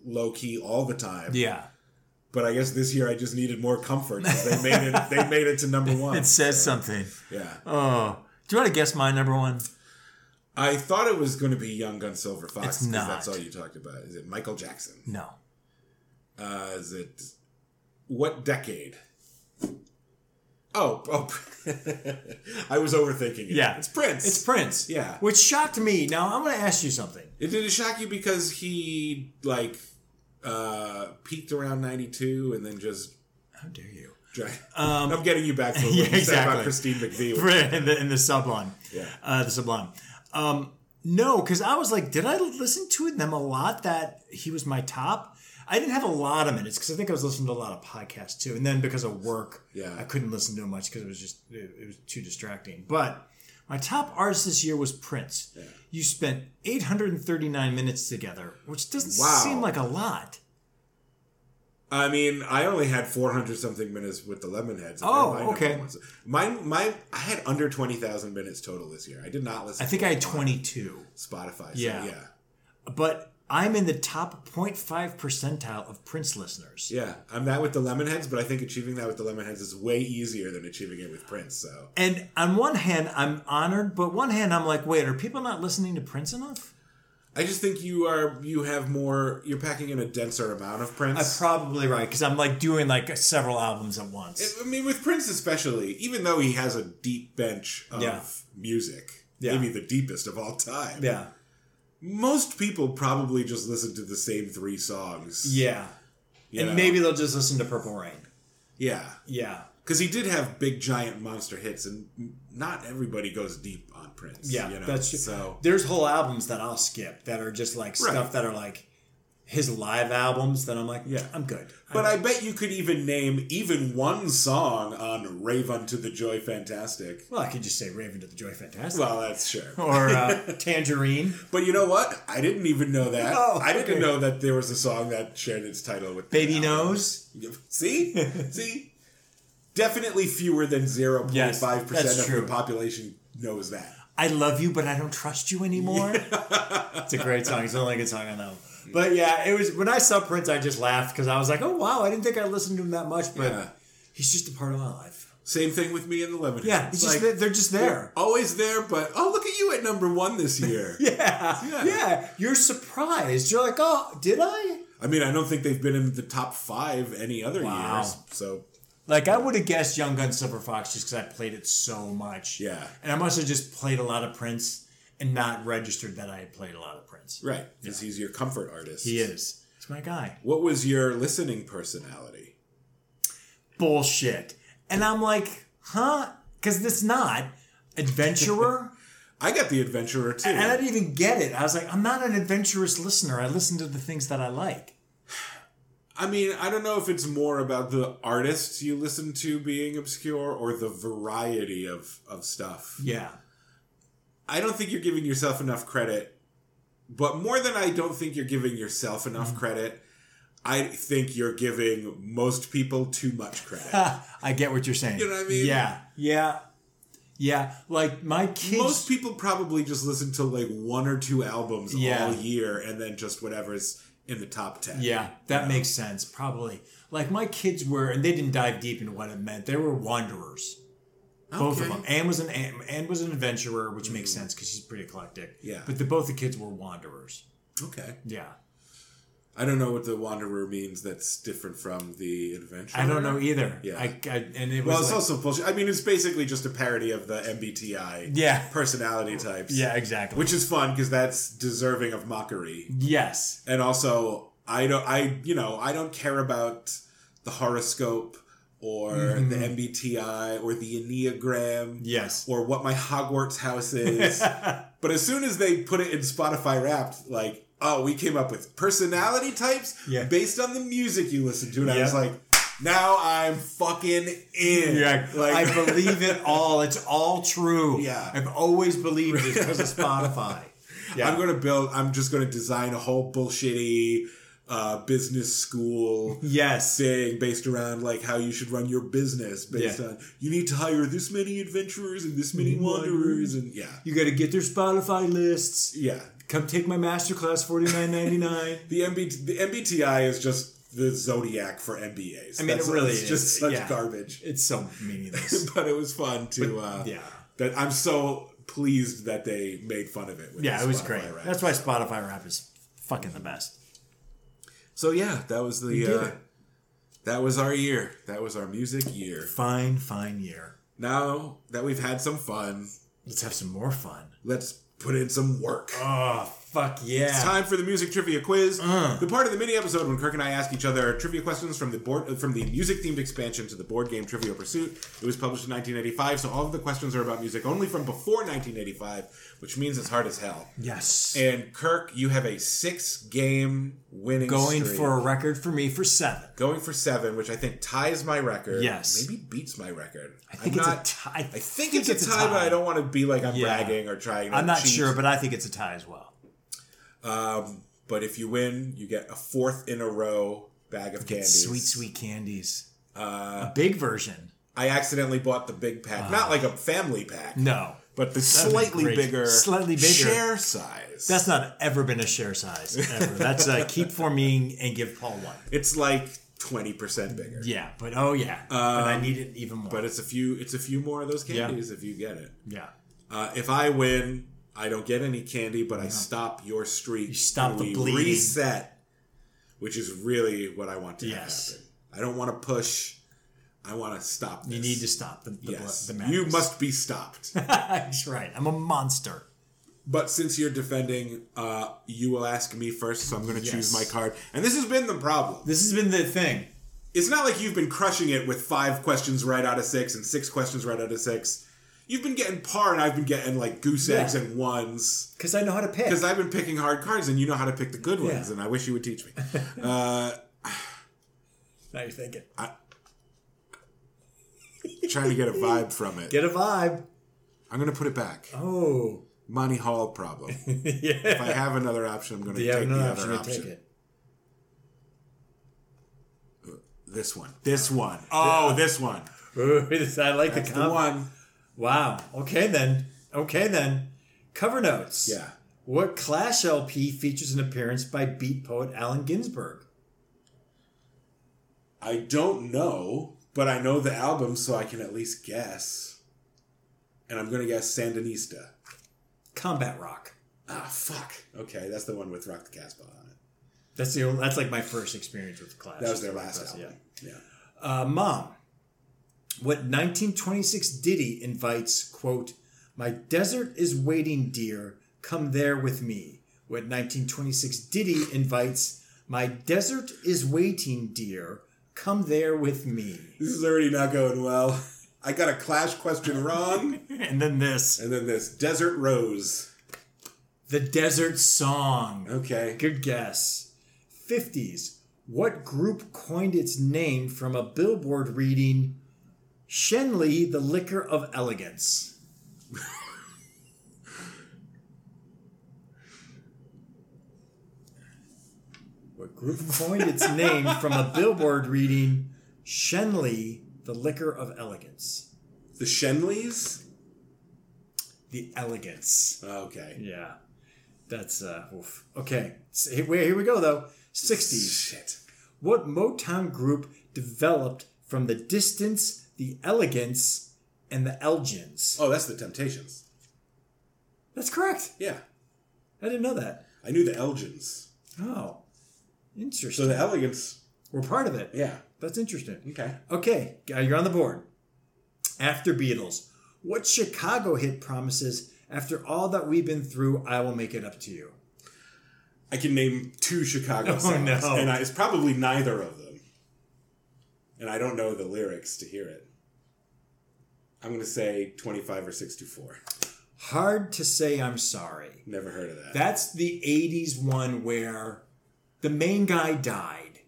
Speaker 1: low key all the time
Speaker 2: Yeah.
Speaker 1: but i guess this year i just needed more comfort 'cause they made it they made it to number one
Speaker 2: [LAUGHS] It says something.
Speaker 1: yeah
Speaker 2: Oh. Do you want to guess my number one?
Speaker 1: i thought it was going to be young gun silver fox
Speaker 2: It's not.
Speaker 1: that's all you talked about is it michael jackson
Speaker 2: No.
Speaker 1: Uh, is it what decade? Oh, oh! [LAUGHS] I was overthinking it.
Speaker 2: Yeah.
Speaker 1: it's Prince.
Speaker 2: It's Prince.
Speaker 1: Yeah.
Speaker 2: Which shocked me. Now, I'm going to ask you something.
Speaker 1: it did it shock you because he like uh peaked around ninety two and then just.
Speaker 2: How dare you?
Speaker 1: dry- [LAUGHS]
Speaker 2: [LAUGHS]
Speaker 1: I'm getting you back to what
Speaker 2: yeah,
Speaker 1: you said about
Speaker 2: exactly.
Speaker 1: Christine McVie. which-
Speaker 2: Um, In the, in the Sublime.
Speaker 1: Yeah.
Speaker 2: Uh, the Sublime. Um, no, because I was like, did I listen to them a lot that he was my top? I didn't have a lot of minutes because I think I was listening to a lot of podcasts too. And then because of work,
Speaker 1: Yeah.
Speaker 2: I couldn't listen to him much because it was just, it, it was too distracting. But my top artist this year was Prince. You spent 839 minutes together, which doesn't
Speaker 1: Wow.
Speaker 2: seem like a lot.
Speaker 1: I mean, I only had 400 something minutes with the Lemonheads. and
Speaker 2: Oh,
Speaker 1: they're my number
Speaker 2: okay.
Speaker 1: ones. Mine, my, I had under 20,000 minutes total this year. I did not listen
Speaker 2: I think
Speaker 1: to
Speaker 2: I had 22.
Speaker 1: Spotify. So yeah.
Speaker 2: Yeah.
Speaker 1: Yeah.
Speaker 2: but I'm in the top 0.5 percentile of Prince listeners.
Speaker 1: Yeah, I'm that with the Lemonheads, but I think achieving that with the Lemonheads is way easier than achieving it with Prince. So
Speaker 2: And on one hand, I'm honored, but one hand, I'm like, wait, are people not listening to Prince enough?
Speaker 1: I just think you are you have more you're packing in a denser amount of
Speaker 2: I'm
Speaker 1: Prince. I,
Speaker 2: probably right because I'm like doing like several albums at once.
Speaker 1: mean, with Prince especially, even though he has a deep bench of
Speaker 2: Yeah.
Speaker 1: music,
Speaker 2: Yeah.
Speaker 1: maybe the deepest of all time.
Speaker 2: yeah,
Speaker 1: most people probably just listen to the same three songs.
Speaker 2: yeah,
Speaker 1: you
Speaker 2: and
Speaker 1: know?
Speaker 2: maybe they'll just listen to Purple Rain.
Speaker 1: yeah,
Speaker 2: Yeah,
Speaker 1: because he did have big giant monster hits, and not everybody goes deep on Prince.
Speaker 2: yeah,
Speaker 1: you know?
Speaker 2: that's
Speaker 1: so.
Speaker 2: There's whole albums that I'll skip that are just like stuff
Speaker 1: Right.
Speaker 2: that are like his live albums. That I'm like, yeah,
Speaker 1: Yeah.
Speaker 2: I'm good.
Speaker 1: But I bet you could even name even one song on Rave Unto the Joy Fantastic.
Speaker 2: well, I could just say Raven to the Joy Fantastic
Speaker 1: Well, that's sure.
Speaker 2: [LAUGHS]
Speaker 1: [LAUGHS]
Speaker 2: or uh, Tangerine.
Speaker 1: But you know what? I didn't even know that.
Speaker 2: Oh,
Speaker 1: I didn't
Speaker 2: okay.
Speaker 1: know that there was a song that shared its title with
Speaker 2: Baby
Speaker 1: the album.
Speaker 2: Nose.
Speaker 1: [LAUGHS] See? See? Definitely fewer than 0.5%
Speaker 2: Yes, that's
Speaker 1: of
Speaker 2: true.
Speaker 1: the population knows that.
Speaker 2: I love you, but I don't trust you anymore. [LAUGHS] it's a great song. It's the only good song I know. But yeah, it was when I saw Prince, I just laughed because I was like, "Oh wow, I didn't think I listened to him that much, but
Speaker 1: Yeah.
Speaker 2: he's just a part of my life."
Speaker 1: Same thing with me and the Lemonheads.
Speaker 2: Yeah, it's just
Speaker 1: Like,
Speaker 2: that they're just there.
Speaker 1: always there, but oh, look at you at number one
Speaker 2: [LAUGHS]
Speaker 1: this year.
Speaker 2: Yeah. yeah,
Speaker 1: Yeah.
Speaker 2: You're surprised. You're like, "Oh, did I?"
Speaker 1: I mean, I don't think they've been in the top five any other
Speaker 2: Wow.
Speaker 1: years. So
Speaker 2: Like I would have guessed Young Gun Silver Fox just because I played it so much.
Speaker 1: Yeah.
Speaker 2: and I must have just played a lot of Prince and not registered that I had played a lot of Prince.
Speaker 1: Right, because he's your comfort artist.
Speaker 2: He is. He's my guy.
Speaker 1: What was your listening personality? [LAUGHS]
Speaker 2: bullshit. And I'm like, huh? Because it's not adventurer.
Speaker 1: I got the adventurer too.
Speaker 2: And I didn't even get it. I was like, I'm not an adventurous listener. I listen to the things that I like.
Speaker 1: I mean, I don't know if it's more about the artists you listen to being obscure or the variety of, of stuff.
Speaker 2: Yeah.
Speaker 1: I don't think you're giving yourself enough credit, but more than I don't think you're giving yourself
Speaker 2: Mm-hmm.
Speaker 1: enough credit, I think you're giving most people too much credit.
Speaker 2: [LAUGHS] I get what you're saying.
Speaker 1: You know what I mean?
Speaker 2: Yeah. Yeah. Yeah. Like my [LAUGHS] kids
Speaker 1: most people probably just listen to like one or two albums
Speaker 2: Yeah.
Speaker 1: all year and then just whatever's in the top 10.
Speaker 2: Yeah, that makes sense. Probably. Like my kids were, and they didn't dive deep into what it meant. They were wanderers, both of
Speaker 1: Okay. Mm.
Speaker 2: them. Anne was an Anne, Anne was an adventurer, which makes sense because she's pretty eclectic.
Speaker 1: Yeah.
Speaker 2: but the, both the kids were wanderers.
Speaker 1: Okay.
Speaker 2: Yeah,
Speaker 1: I don't know what the wanderer means that's different from the adventurer.
Speaker 2: I don't know either.
Speaker 1: Yeah.
Speaker 2: I, I and it was
Speaker 1: Well, it's
Speaker 2: like-
Speaker 1: also bullshit. I mean, it's basically just a parody of the MBTI
Speaker 2: yeah,
Speaker 1: personality types.
Speaker 2: yeah, exactly.
Speaker 1: Which is fun because that's deserving of mockery.
Speaker 2: yes,
Speaker 1: And also, I don't, I, you know, I don't care about the horoscope or
Speaker 2: Mhm.
Speaker 1: the MBTI or the Enneagram
Speaker 2: [LAUGHS] yes,
Speaker 1: or what my Hogwarts
Speaker 2: [LAUGHS]
Speaker 1: house is. but as soon as they put it in Spotify Wrapped, like, oh, we came up with personality types
Speaker 2: Yeah.
Speaker 1: based on the music you listen to, and I was
Speaker 2: Yeah.
Speaker 1: like, now I'm fucking in.
Speaker 2: Yeah,
Speaker 1: like,
Speaker 2: I
Speaker 1: [LAUGHS]
Speaker 2: believe it all. It's all true.
Speaker 1: Yeah.
Speaker 2: I've always believed it because of
Speaker 1: [LAUGHS]
Speaker 2: Spotify. Yeah,
Speaker 1: I'm gonna build. I'm just gonna design a whole bullshitty uh, business school
Speaker 2: yes,
Speaker 1: thing based around like how you should run your business based
Speaker 2: Yeah.
Speaker 1: on you need to hire this many adventurers and this many wanderers and yeah
Speaker 2: you got to get their Spotify lists.
Speaker 1: yeah
Speaker 2: Come take my masterclass, forty nine ninety nine.
Speaker 1: The MB the MBTI is just the zodiac for MBAs.
Speaker 2: I mean, it really
Speaker 1: it's
Speaker 2: is,
Speaker 1: just such
Speaker 2: yeah.
Speaker 1: garbage.
Speaker 2: It's so meaningless.
Speaker 1: [LAUGHS] but it was fun to. uh,
Speaker 2: yeah,
Speaker 1: That I'm so pleased that they made fun of it. With
Speaker 2: yeah,
Speaker 1: the
Speaker 2: it was
Speaker 1: Spotify
Speaker 2: great.
Speaker 1: rap.
Speaker 2: That's why Spotify Rap is fucking the best.
Speaker 1: so yeah, that was the.
Speaker 2: did
Speaker 1: Uh,
Speaker 2: it.
Speaker 1: that was our year. That was our music year.
Speaker 2: Fine, fine year.
Speaker 1: Now that we've had some fun,
Speaker 2: Let's have some more fun.
Speaker 1: let's put in some work.
Speaker 2: Oh fuck
Speaker 1: It's
Speaker 2: yeah!
Speaker 1: time for the music trivia quiz.
Speaker 2: Uh-huh.
Speaker 1: The part of the mini episode when Kirk and I ask each other trivia questions from the board from the music themed expansion to the board game Trivial Pursuit. It was published in 1985, so all of the questions are about music only from before 1985, which means it's hard as hell.
Speaker 2: Yes,
Speaker 1: And Kirk, you have a six game winning
Speaker 2: going
Speaker 1: streak.
Speaker 2: for a record for me for seven.
Speaker 1: going for seven, which I think ties my record.
Speaker 2: Yes.
Speaker 1: maybe beats my record.
Speaker 2: I think
Speaker 1: I'm
Speaker 2: it's
Speaker 1: not.
Speaker 2: a tie. I
Speaker 1: I think it's, a, tie, but I don't want to be like I'm
Speaker 2: Yeah.
Speaker 1: bragging or trying. To
Speaker 2: I'm not
Speaker 1: cheat.
Speaker 2: sure, but I think it's a tie as well.
Speaker 1: But if you win, you get a fourth in a row bag of candies. Uh,
Speaker 2: Sweet, sweet candies. a big version.
Speaker 1: I accidentally bought the big pack, not like a family pack,
Speaker 2: No,
Speaker 1: but the
Speaker 2: be
Speaker 1: slightly
Speaker 2: great.
Speaker 1: bigger,
Speaker 2: Slightly bigger.
Speaker 1: share size.
Speaker 2: that's not ever been a share size ever. That's
Speaker 1: [LAUGHS]
Speaker 2: uh, keep for me and give Paul one.
Speaker 1: it's like twenty percent bigger,
Speaker 2: Yeah, but oh yeah, but I need it even more.
Speaker 1: Um, but it's a few. It's a few more of those
Speaker 2: Yeah.
Speaker 1: candies if you get it.
Speaker 2: yeah.
Speaker 1: Uh, if I win, I don't get any candy, but I stop your streak. You
Speaker 2: stop the bleeding.
Speaker 1: Reset, which is really what I want to have
Speaker 2: Yes.
Speaker 1: happen. I don't want to push. I want to stop. This.
Speaker 2: You need to stop the, the,
Speaker 1: Yes,
Speaker 2: blood, the
Speaker 1: you
Speaker 2: madness.
Speaker 1: must be stopped.
Speaker 2: That's right. I'm a monster.
Speaker 1: But since you're defending, uh, you will ask me first, so I'm going to choose
Speaker 2: Yes.
Speaker 1: my card. And this has been the problem.
Speaker 2: This has been the thing.
Speaker 1: It's not like you've been crushing it with five questions right out of six and six questions right out of six. You've been getting par, and I've been getting like goose eggs
Speaker 2: Yeah.
Speaker 1: and ones
Speaker 2: Because I know how to pick.
Speaker 1: because I've been picking hard cards, and you know how to pick the good ones.
Speaker 2: Yeah.
Speaker 1: And I wish you would teach
Speaker 2: [LAUGHS]
Speaker 1: me.
Speaker 2: now you're thinking.
Speaker 1: trying to get a vibe from it.
Speaker 2: Get a vibe.
Speaker 1: I'm going to put it back.
Speaker 2: Oh.
Speaker 1: Monty Hall problem. if
Speaker 2: yeah.
Speaker 1: I have another option,
Speaker 2: [LAUGHS]
Speaker 1: I'm going to
Speaker 2: You have
Speaker 1: take the
Speaker 2: another
Speaker 1: other
Speaker 2: option to
Speaker 1: option.
Speaker 2: take it.
Speaker 1: This one. This one. Oh, this one.
Speaker 2: [LAUGHS] Ooh, this- I like
Speaker 1: That's
Speaker 2: the
Speaker 1: the
Speaker 2: comp.
Speaker 1: one.
Speaker 2: Wow. Okay then. Okay then. Cover notes.
Speaker 1: Yeah.
Speaker 2: What Clash LP features an appearance by beat poet Allen Ginsberg?
Speaker 1: I don't know, but I know the album, so I can at least guess. And I'm gonna guess Sandinista.
Speaker 2: Combat Rock.
Speaker 1: Ah, fuck. Okay, that's the one with Rock the Casbah on it.
Speaker 2: That's the only, that's like my first experience with Clash.
Speaker 1: That was their last album.
Speaker 2: Yeah.
Speaker 1: Yeah.
Speaker 2: Uh, Mom, what 1926 ditty invites, quote, My desert is waiting, dear, come there with me. What 1926 ditty invites, My desert is waiting, dear, come there with me.
Speaker 1: This is already not going well. I got a Clash question wrong.
Speaker 2: and then this,
Speaker 1: and then this Desert Rose.
Speaker 2: the desert song.
Speaker 1: Okay.
Speaker 2: Good guess. 50s. What group coined its name from a billboard reading Shenley, the liquor of elegance? what group coined its name from a billboard reading Shenley, the liquor of elegance?
Speaker 1: The Shenleys?
Speaker 2: The elegance.
Speaker 1: Okay.
Speaker 2: Yeah, that's uh, oof. okay. S- Here we here we go though. Sixties.
Speaker 1: Shit.
Speaker 2: What Motown group developed from the distance, the elegance, and the Elgins?
Speaker 1: Oh, that's the Temptations.
Speaker 2: That's correct.
Speaker 1: Yeah.
Speaker 2: I didn't know that.
Speaker 1: I knew the Elgins.
Speaker 2: Oh,
Speaker 1: So
Speaker 2: interesting.
Speaker 1: the Elegance.
Speaker 2: We're part of it.
Speaker 1: Yeah.
Speaker 2: That's interesting.
Speaker 1: Okay.
Speaker 2: Okay, uh, you're on the board. After Beatles, what Chicago hit promises? After all that we've been through, I will make it up to you.
Speaker 1: I can name two Chicago
Speaker 2: [LAUGHS] Oh,
Speaker 1: songs,
Speaker 2: no.
Speaker 1: and I, it's probably neither of them. And I don't know the lyrics to hear it. I'm gonna say 25 or 64.
Speaker 2: Hard to say. I'm sorry.
Speaker 1: Never heard of that.
Speaker 2: That's the 80s one where the main guy died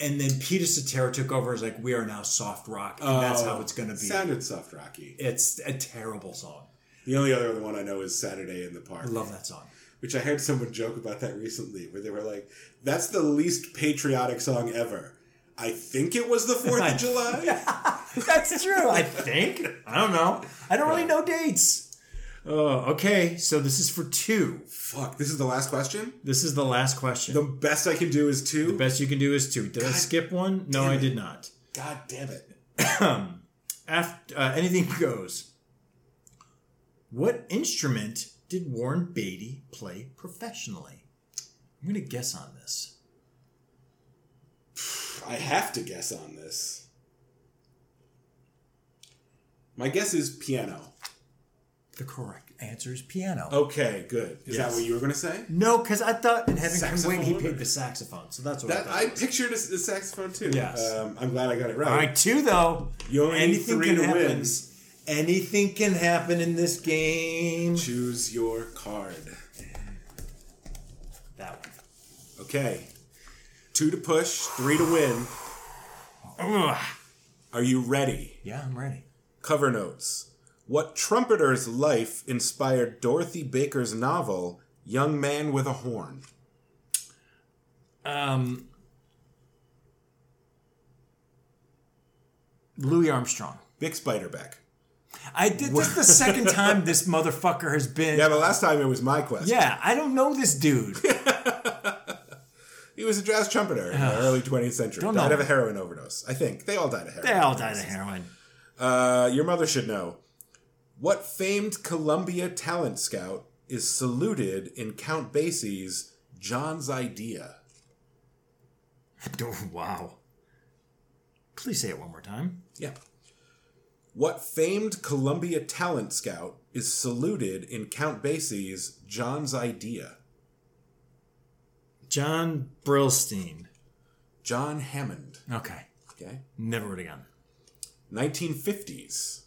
Speaker 2: and then Peter Cetera took over as like, we are now soft rock and that's
Speaker 1: Oh,
Speaker 2: how it's going to be.
Speaker 1: Sounded soft rocky.
Speaker 2: It's a terrible song.
Speaker 1: The only other one I know is Saturday in the Park.
Speaker 2: I love that song.
Speaker 1: Which I heard someone joke about that recently, where they were like, "That's the least patriotic song ever." I think it was the Fourth
Speaker 2: [LAUGHS]
Speaker 1: of July.
Speaker 2: that's true, I think. [LAUGHS] I don't know. I don't really know dates. Oh, okay. So this is for two.
Speaker 1: Fuck, this is the last question.
Speaker 2: This is the last question.
Speaker 1: The
Speaker 2: The
Speaker 1: best I can do is two.
Speaker 2: best you can do is two. Did I skip one? No, I did not.
Speaker 1: God damn it!
Speaker 2: after uh, anything [LAUGHS] goes. What instrument did Warren Beatty play professionally? I'm gonna guess on this.
Speaker 1: I have to guess on this. My guess is piano.
Speaker 2: The correct answer is piano.
Speaker 1: Oh. Okay, good. Is
Speaker 2: Yes.
Speaker 1: that what you were going to say?
Speaker 2: No, because I thought in having come wait, he
Speaker 1: Saxophone?
Speaker 2: played the saxophone, so that's what
Speaker 1: That
Speaker 2: I
Speaker 1: I
Speaker 2: thought.
Speaker 1: pictured a, a saxophone too.
Speaker 2: Yes.
Speaker 1: Um, I'm glad I got it right.
Speaker 2: All right, two though.
Speaker 1: You only need three to win.
Speaker 2: Anything can happen in this game.
Speaker 1: Choose your card.
Speaker 2: That one.
Speaker 1: Okay. Two to push, three to win.
Speaker 2: Ugh.
Speaker 1: Are you ready?
Speaker 2: Yeah, I'm ready.
Speaker 1: Cover notes. What trumpeter's life inspired Dorothy Baker's novel, Young Man with a Horn?
Speaker 2: Um, Louis Armstrong.
Speaker 1: Big Spiderback.
Speaker 2: I did this is the second time this motherfucker has been.
Speaker 1: Yeah,
Speaker 2: Yeah,
Speaker 1: but last time it was my question.
Speaker 2: I don't know this dude.
Speaker 1: He was a jazz trumpeter in the early 20th century.
Speaker 2: Don't
Speaker 1: died
Speaker 2: know.
Speaker 1: of a heroin overdose. I think they all died of heroin.
Speaker 2: They all died of heroin.
Speaker 1: Uh, your mother should know. What famed Columbia talent scout is saluted in Count Basie's John's Idea?
Speaker 2: Oh, wow. Please say it one more time.
Speaker 1: Yeah. What famed Columbia talent scout is saluted in Count Basie's John's Idea?
Speaker 2: John Brillstein.
Speaker 1: John Hammond.
Speaker 2: Okay.
Speaker 1: Okay.
Speaker 2: Never would have gotten it.
Speaker 1: 1950s.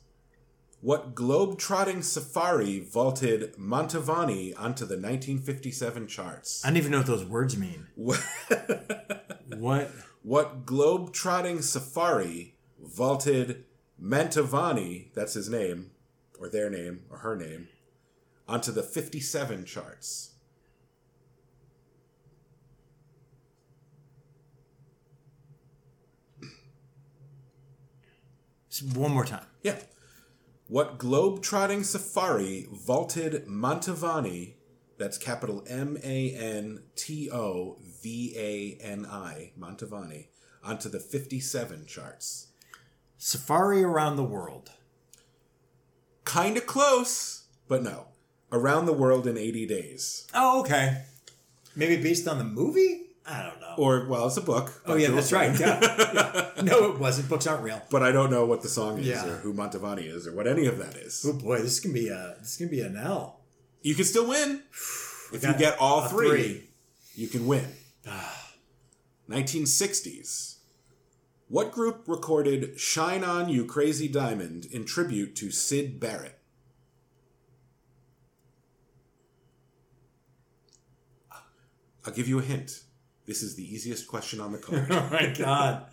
Speaker 1: What globe-trotting safari vaulted Montavani onto the 1957 charts?
Speaker 2: I don't even know what those words mean.
Speaker 1: What,
Speaker 2: What?
Speaker 1: [LAUGHS] what globe-trotting safari vaulted Mantovani, that's his name, or their name, or her name, onto the 57 charts?
Speaker 2: One more time.
Speaker 1: Yeah. What globe-trotting safari vaulted Mantovani, that's capital M A N T O V A N I, Mantovani, onto the 57 charts?
Speaker 2: Safari around the world.
Speaker 1: Kinda close, but no. Around the world in 80 days.
Speaker 2: Oh, okay. Maybe based on the movie? I don't know.
Speaker 1: Or, well, it's a book.
Speaker 2: oh, yeah, that's right. Yeah. Yeah. No, it wasn't. Books aren't real.
Speaker 1: [LAUGHS] But I don't know what the song is,
Speaker 2: Yeah.
Speaker 1: or who Mantovani is, or what any of that is.
Speaker 2: Oh boy, this is gonna be a this is gonna be an L.
Speaker 1: You can still win. If you
Speaker 2: got
Speaker 1: get all
Speaker 2: a
Speaker 1: three,
Speaker 2: three.
Speaker 1: you can win. 1960s. What group recorded Shine On You Crazy Diamond in tribute to Sid Barrett? I'll give you a hint. This is the easiest question on the
Speaker 2: [LAUGHS]
Speaker 1: card.
Speaker 2: [LAUGHS] oh my god!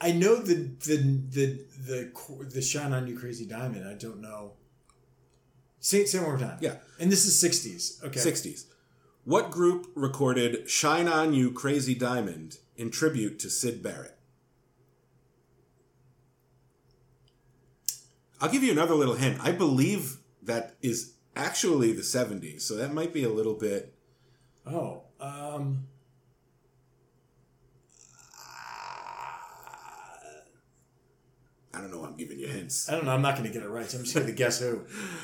Speaker 2: I know the the the the cor- the shine on you crazy diamond. I don't know. Say it say it one more time.
Speaker 1: Yeah.
Speaker 2: and this is sixties. Okay,
Speaker 1: 60s. What group recorded Shine On You Crazy Diamond in tribute to Sid Barrett? I'll give you another little hint. I believe that is actually the 70s, so that might be a little bit.
Speaker 2: Oh, um,
Speaker 1: I don't know why I'm giving you hints.
Speaker 2: I don't know. I'm not going to get it right. So I'm just going to guess who.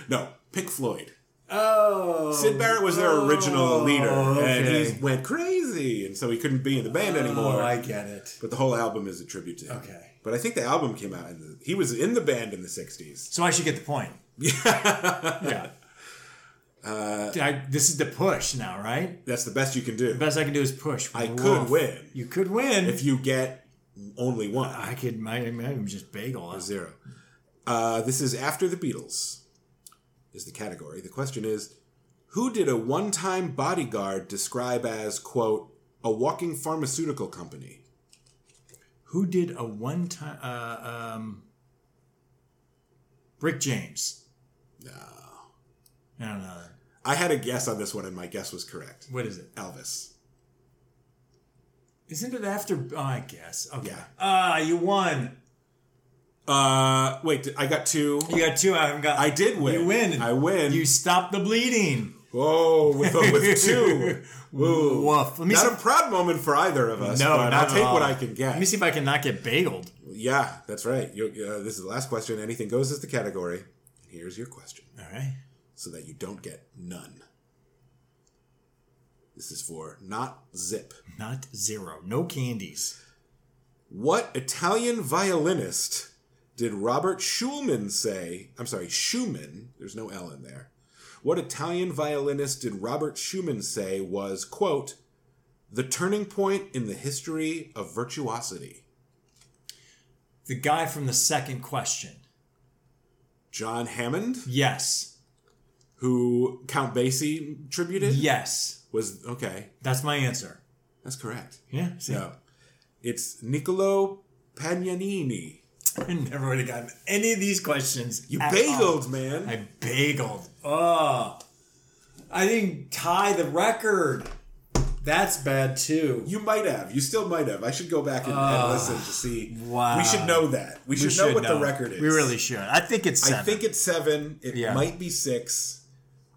Speaker 1: No, Pink Floyd.
Speaker 2: Oh,
Speaker 1: Sid Barrett was their original
Speaker 2: oh,
Speaker 1: leader, and
Speaker 2: okay.
Speaker 1: he went crazy, and so he couldn't be in the band anymore.
Speaker 2: Oh, I get it.
Speaker 1: but the whole album is a tribute to him.
Speaker 2: Okay.
Speaker 1: But I think the album came out in the. He was in the band in the 60s.
Speaker 2: So I should get the point.
Speaker 1: [LAUGHS]
Speaker 2: Yeah. Uh, I, this is the push now, right?
Speaker 1: That's the best you can do.
Speaker 2: The best I can do is push.
Speaker 1: I
Speaker 2: Woof.
Speaker 1: could win
Speaker 2: You could win.
Speaker 1: if you get only one.
Speaker 2: I could. My, my name is just bagel.
Speaker 1: or zero. Uh, this is after the Beatles, is the category. The question is who did a one time bodyguard describe as, quote, a walking pharmaceutical company?
Speaker 2: Who did a one time? Uh, um, Rick James.
Speaker 1: No.
Speaker 2: I don't know.
Speaker 1: I had a guess on this one, and my guess was correct.
Speaker 2: What is it?
Speaker 1: Elvis.
Speaker 2: Isn't it after? Oh, I guess. Okay.
Speaker 1: Yeah.
Speaker 2: Ah, you won.
Speaker 1: Uh, wait, I got two.
Speaker 2: You got two. I haven't got.
Speaker 1: I did win.
Speaker 2: You win.
Speaker 1: I win.
Speaker 2: You stopped the bleeding.
Speaker 1: Whoa, with, oh, with two. Woo.
Speaker 2: [LAUGHS] Woof. Let me
Speaker 1: Not
Speaker 2: see-
Speaker 1: a proud moment for either of us.
Speaker 2: No,
Speaker 1: but
Speaker 2: not
Speaker 1: I'll
Speaker 2: at
Speaker 1: take what
Speaker 2: all.
Speaker 1: I can get.
Speaker 2: Let me see if I can not get bageled.
Speaker 1: Yeah, that's right. You, uh, this is the last question. Anything goes is the category. And here's your question
Speaker 2: All right.
Speaker 1: so that you don't get none. This is for not zip.
Speaker 2: Not zero. No candies.
Speaker 1: What Italian violinist did Robert Schulman say? I'm sorry, Schumann. There's no L in there. What Italian violinist did Robert Schumann say was, quote, the turning point in the history of virtuosity?
Speaker 2: The guy from the second question.
Speaker 1: John Hammond,
Speaker 2: Yes.
Speaker 1: who Count Basie tributed,
Speaker 2: Yes.
Speaker 1: was, okay,
Speaker 2: That's my answer.
Speaker 1: that's correct.
Speaker 2: Yeah. [LAUGHS] See,
Speaker 1: No. It's Niccolo Pagnanini.
Speaker 2: I never would have gotten any of these questions.
Speaker 1: You
Speaker 2: at all.
Speaker 1: bageled, man.
Speaker 2: I bageled. Oh. I didn't tie the record. That's bad too.
Speaker 1: You might have. You still might have. I should go back and, and listen to see.
Speaker 2: wow.
Speaker 1: We should know that. We should, know what the record is.
Speaker 2: We really should. I think it's seven.
Speaker 1: I think it's seven. It
Speaker 2: Yeah.
Speaker 1: might be six,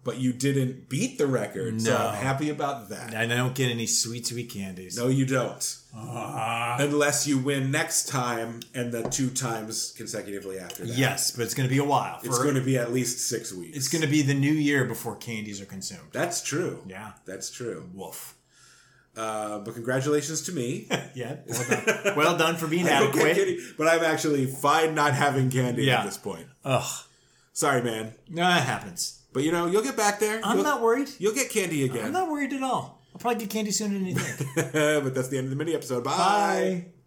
Speaker 1: but you didn't beat the record, so
Speaker 2: No.
Speaker 1: I'm happy about that.
Speaker 2: and I don't get any sweet, sweet candies.
Speaker 1: No, you don't.
Speaker 2: Ah.
Speaker 1: Unless you win next time and the two times consecutively after that.
Speaker 2: yes, but it's going to be a while. For,
Speaker 1: It's going to be at least six weeks.
Speaker 2: it's going to be the new year before candies are consumed.
Speaker 1: That's true.
Speaker 2: Yeah.
Speaker 1: [LAUGHS] That's true.
Speaker 2: Woof.
Speaker 1: Uh, but congratulations to
Speaker 2: [LAUGHS]
Speaker 1: me.
Speaker 2: Yeah. Well done, well done for being
Speaker 1: I don't get
Speaker 2: adequate.
Speaker 1: candy, but I'm actually fine not having candy
Speaker 2: Yeah.
Speaker 1: at this point.
Speaker 2: Ugh.
Speaker 1: Sorry, man.
Speaker 2: No, that happens.
Speaker 1: But you know, you'll get back there.
Speaker 2: I'm
Speaker 1: you'll,
Speaker 2: not worried.
Speaker 1: You'll get candy again. [LAUGHS]
Speaker 2: I'm not worried at all. I'll probably get candy sooner than you think.
Speaker 1: but that's the end of the mini episode. Bye.
Speaker 2: Bye.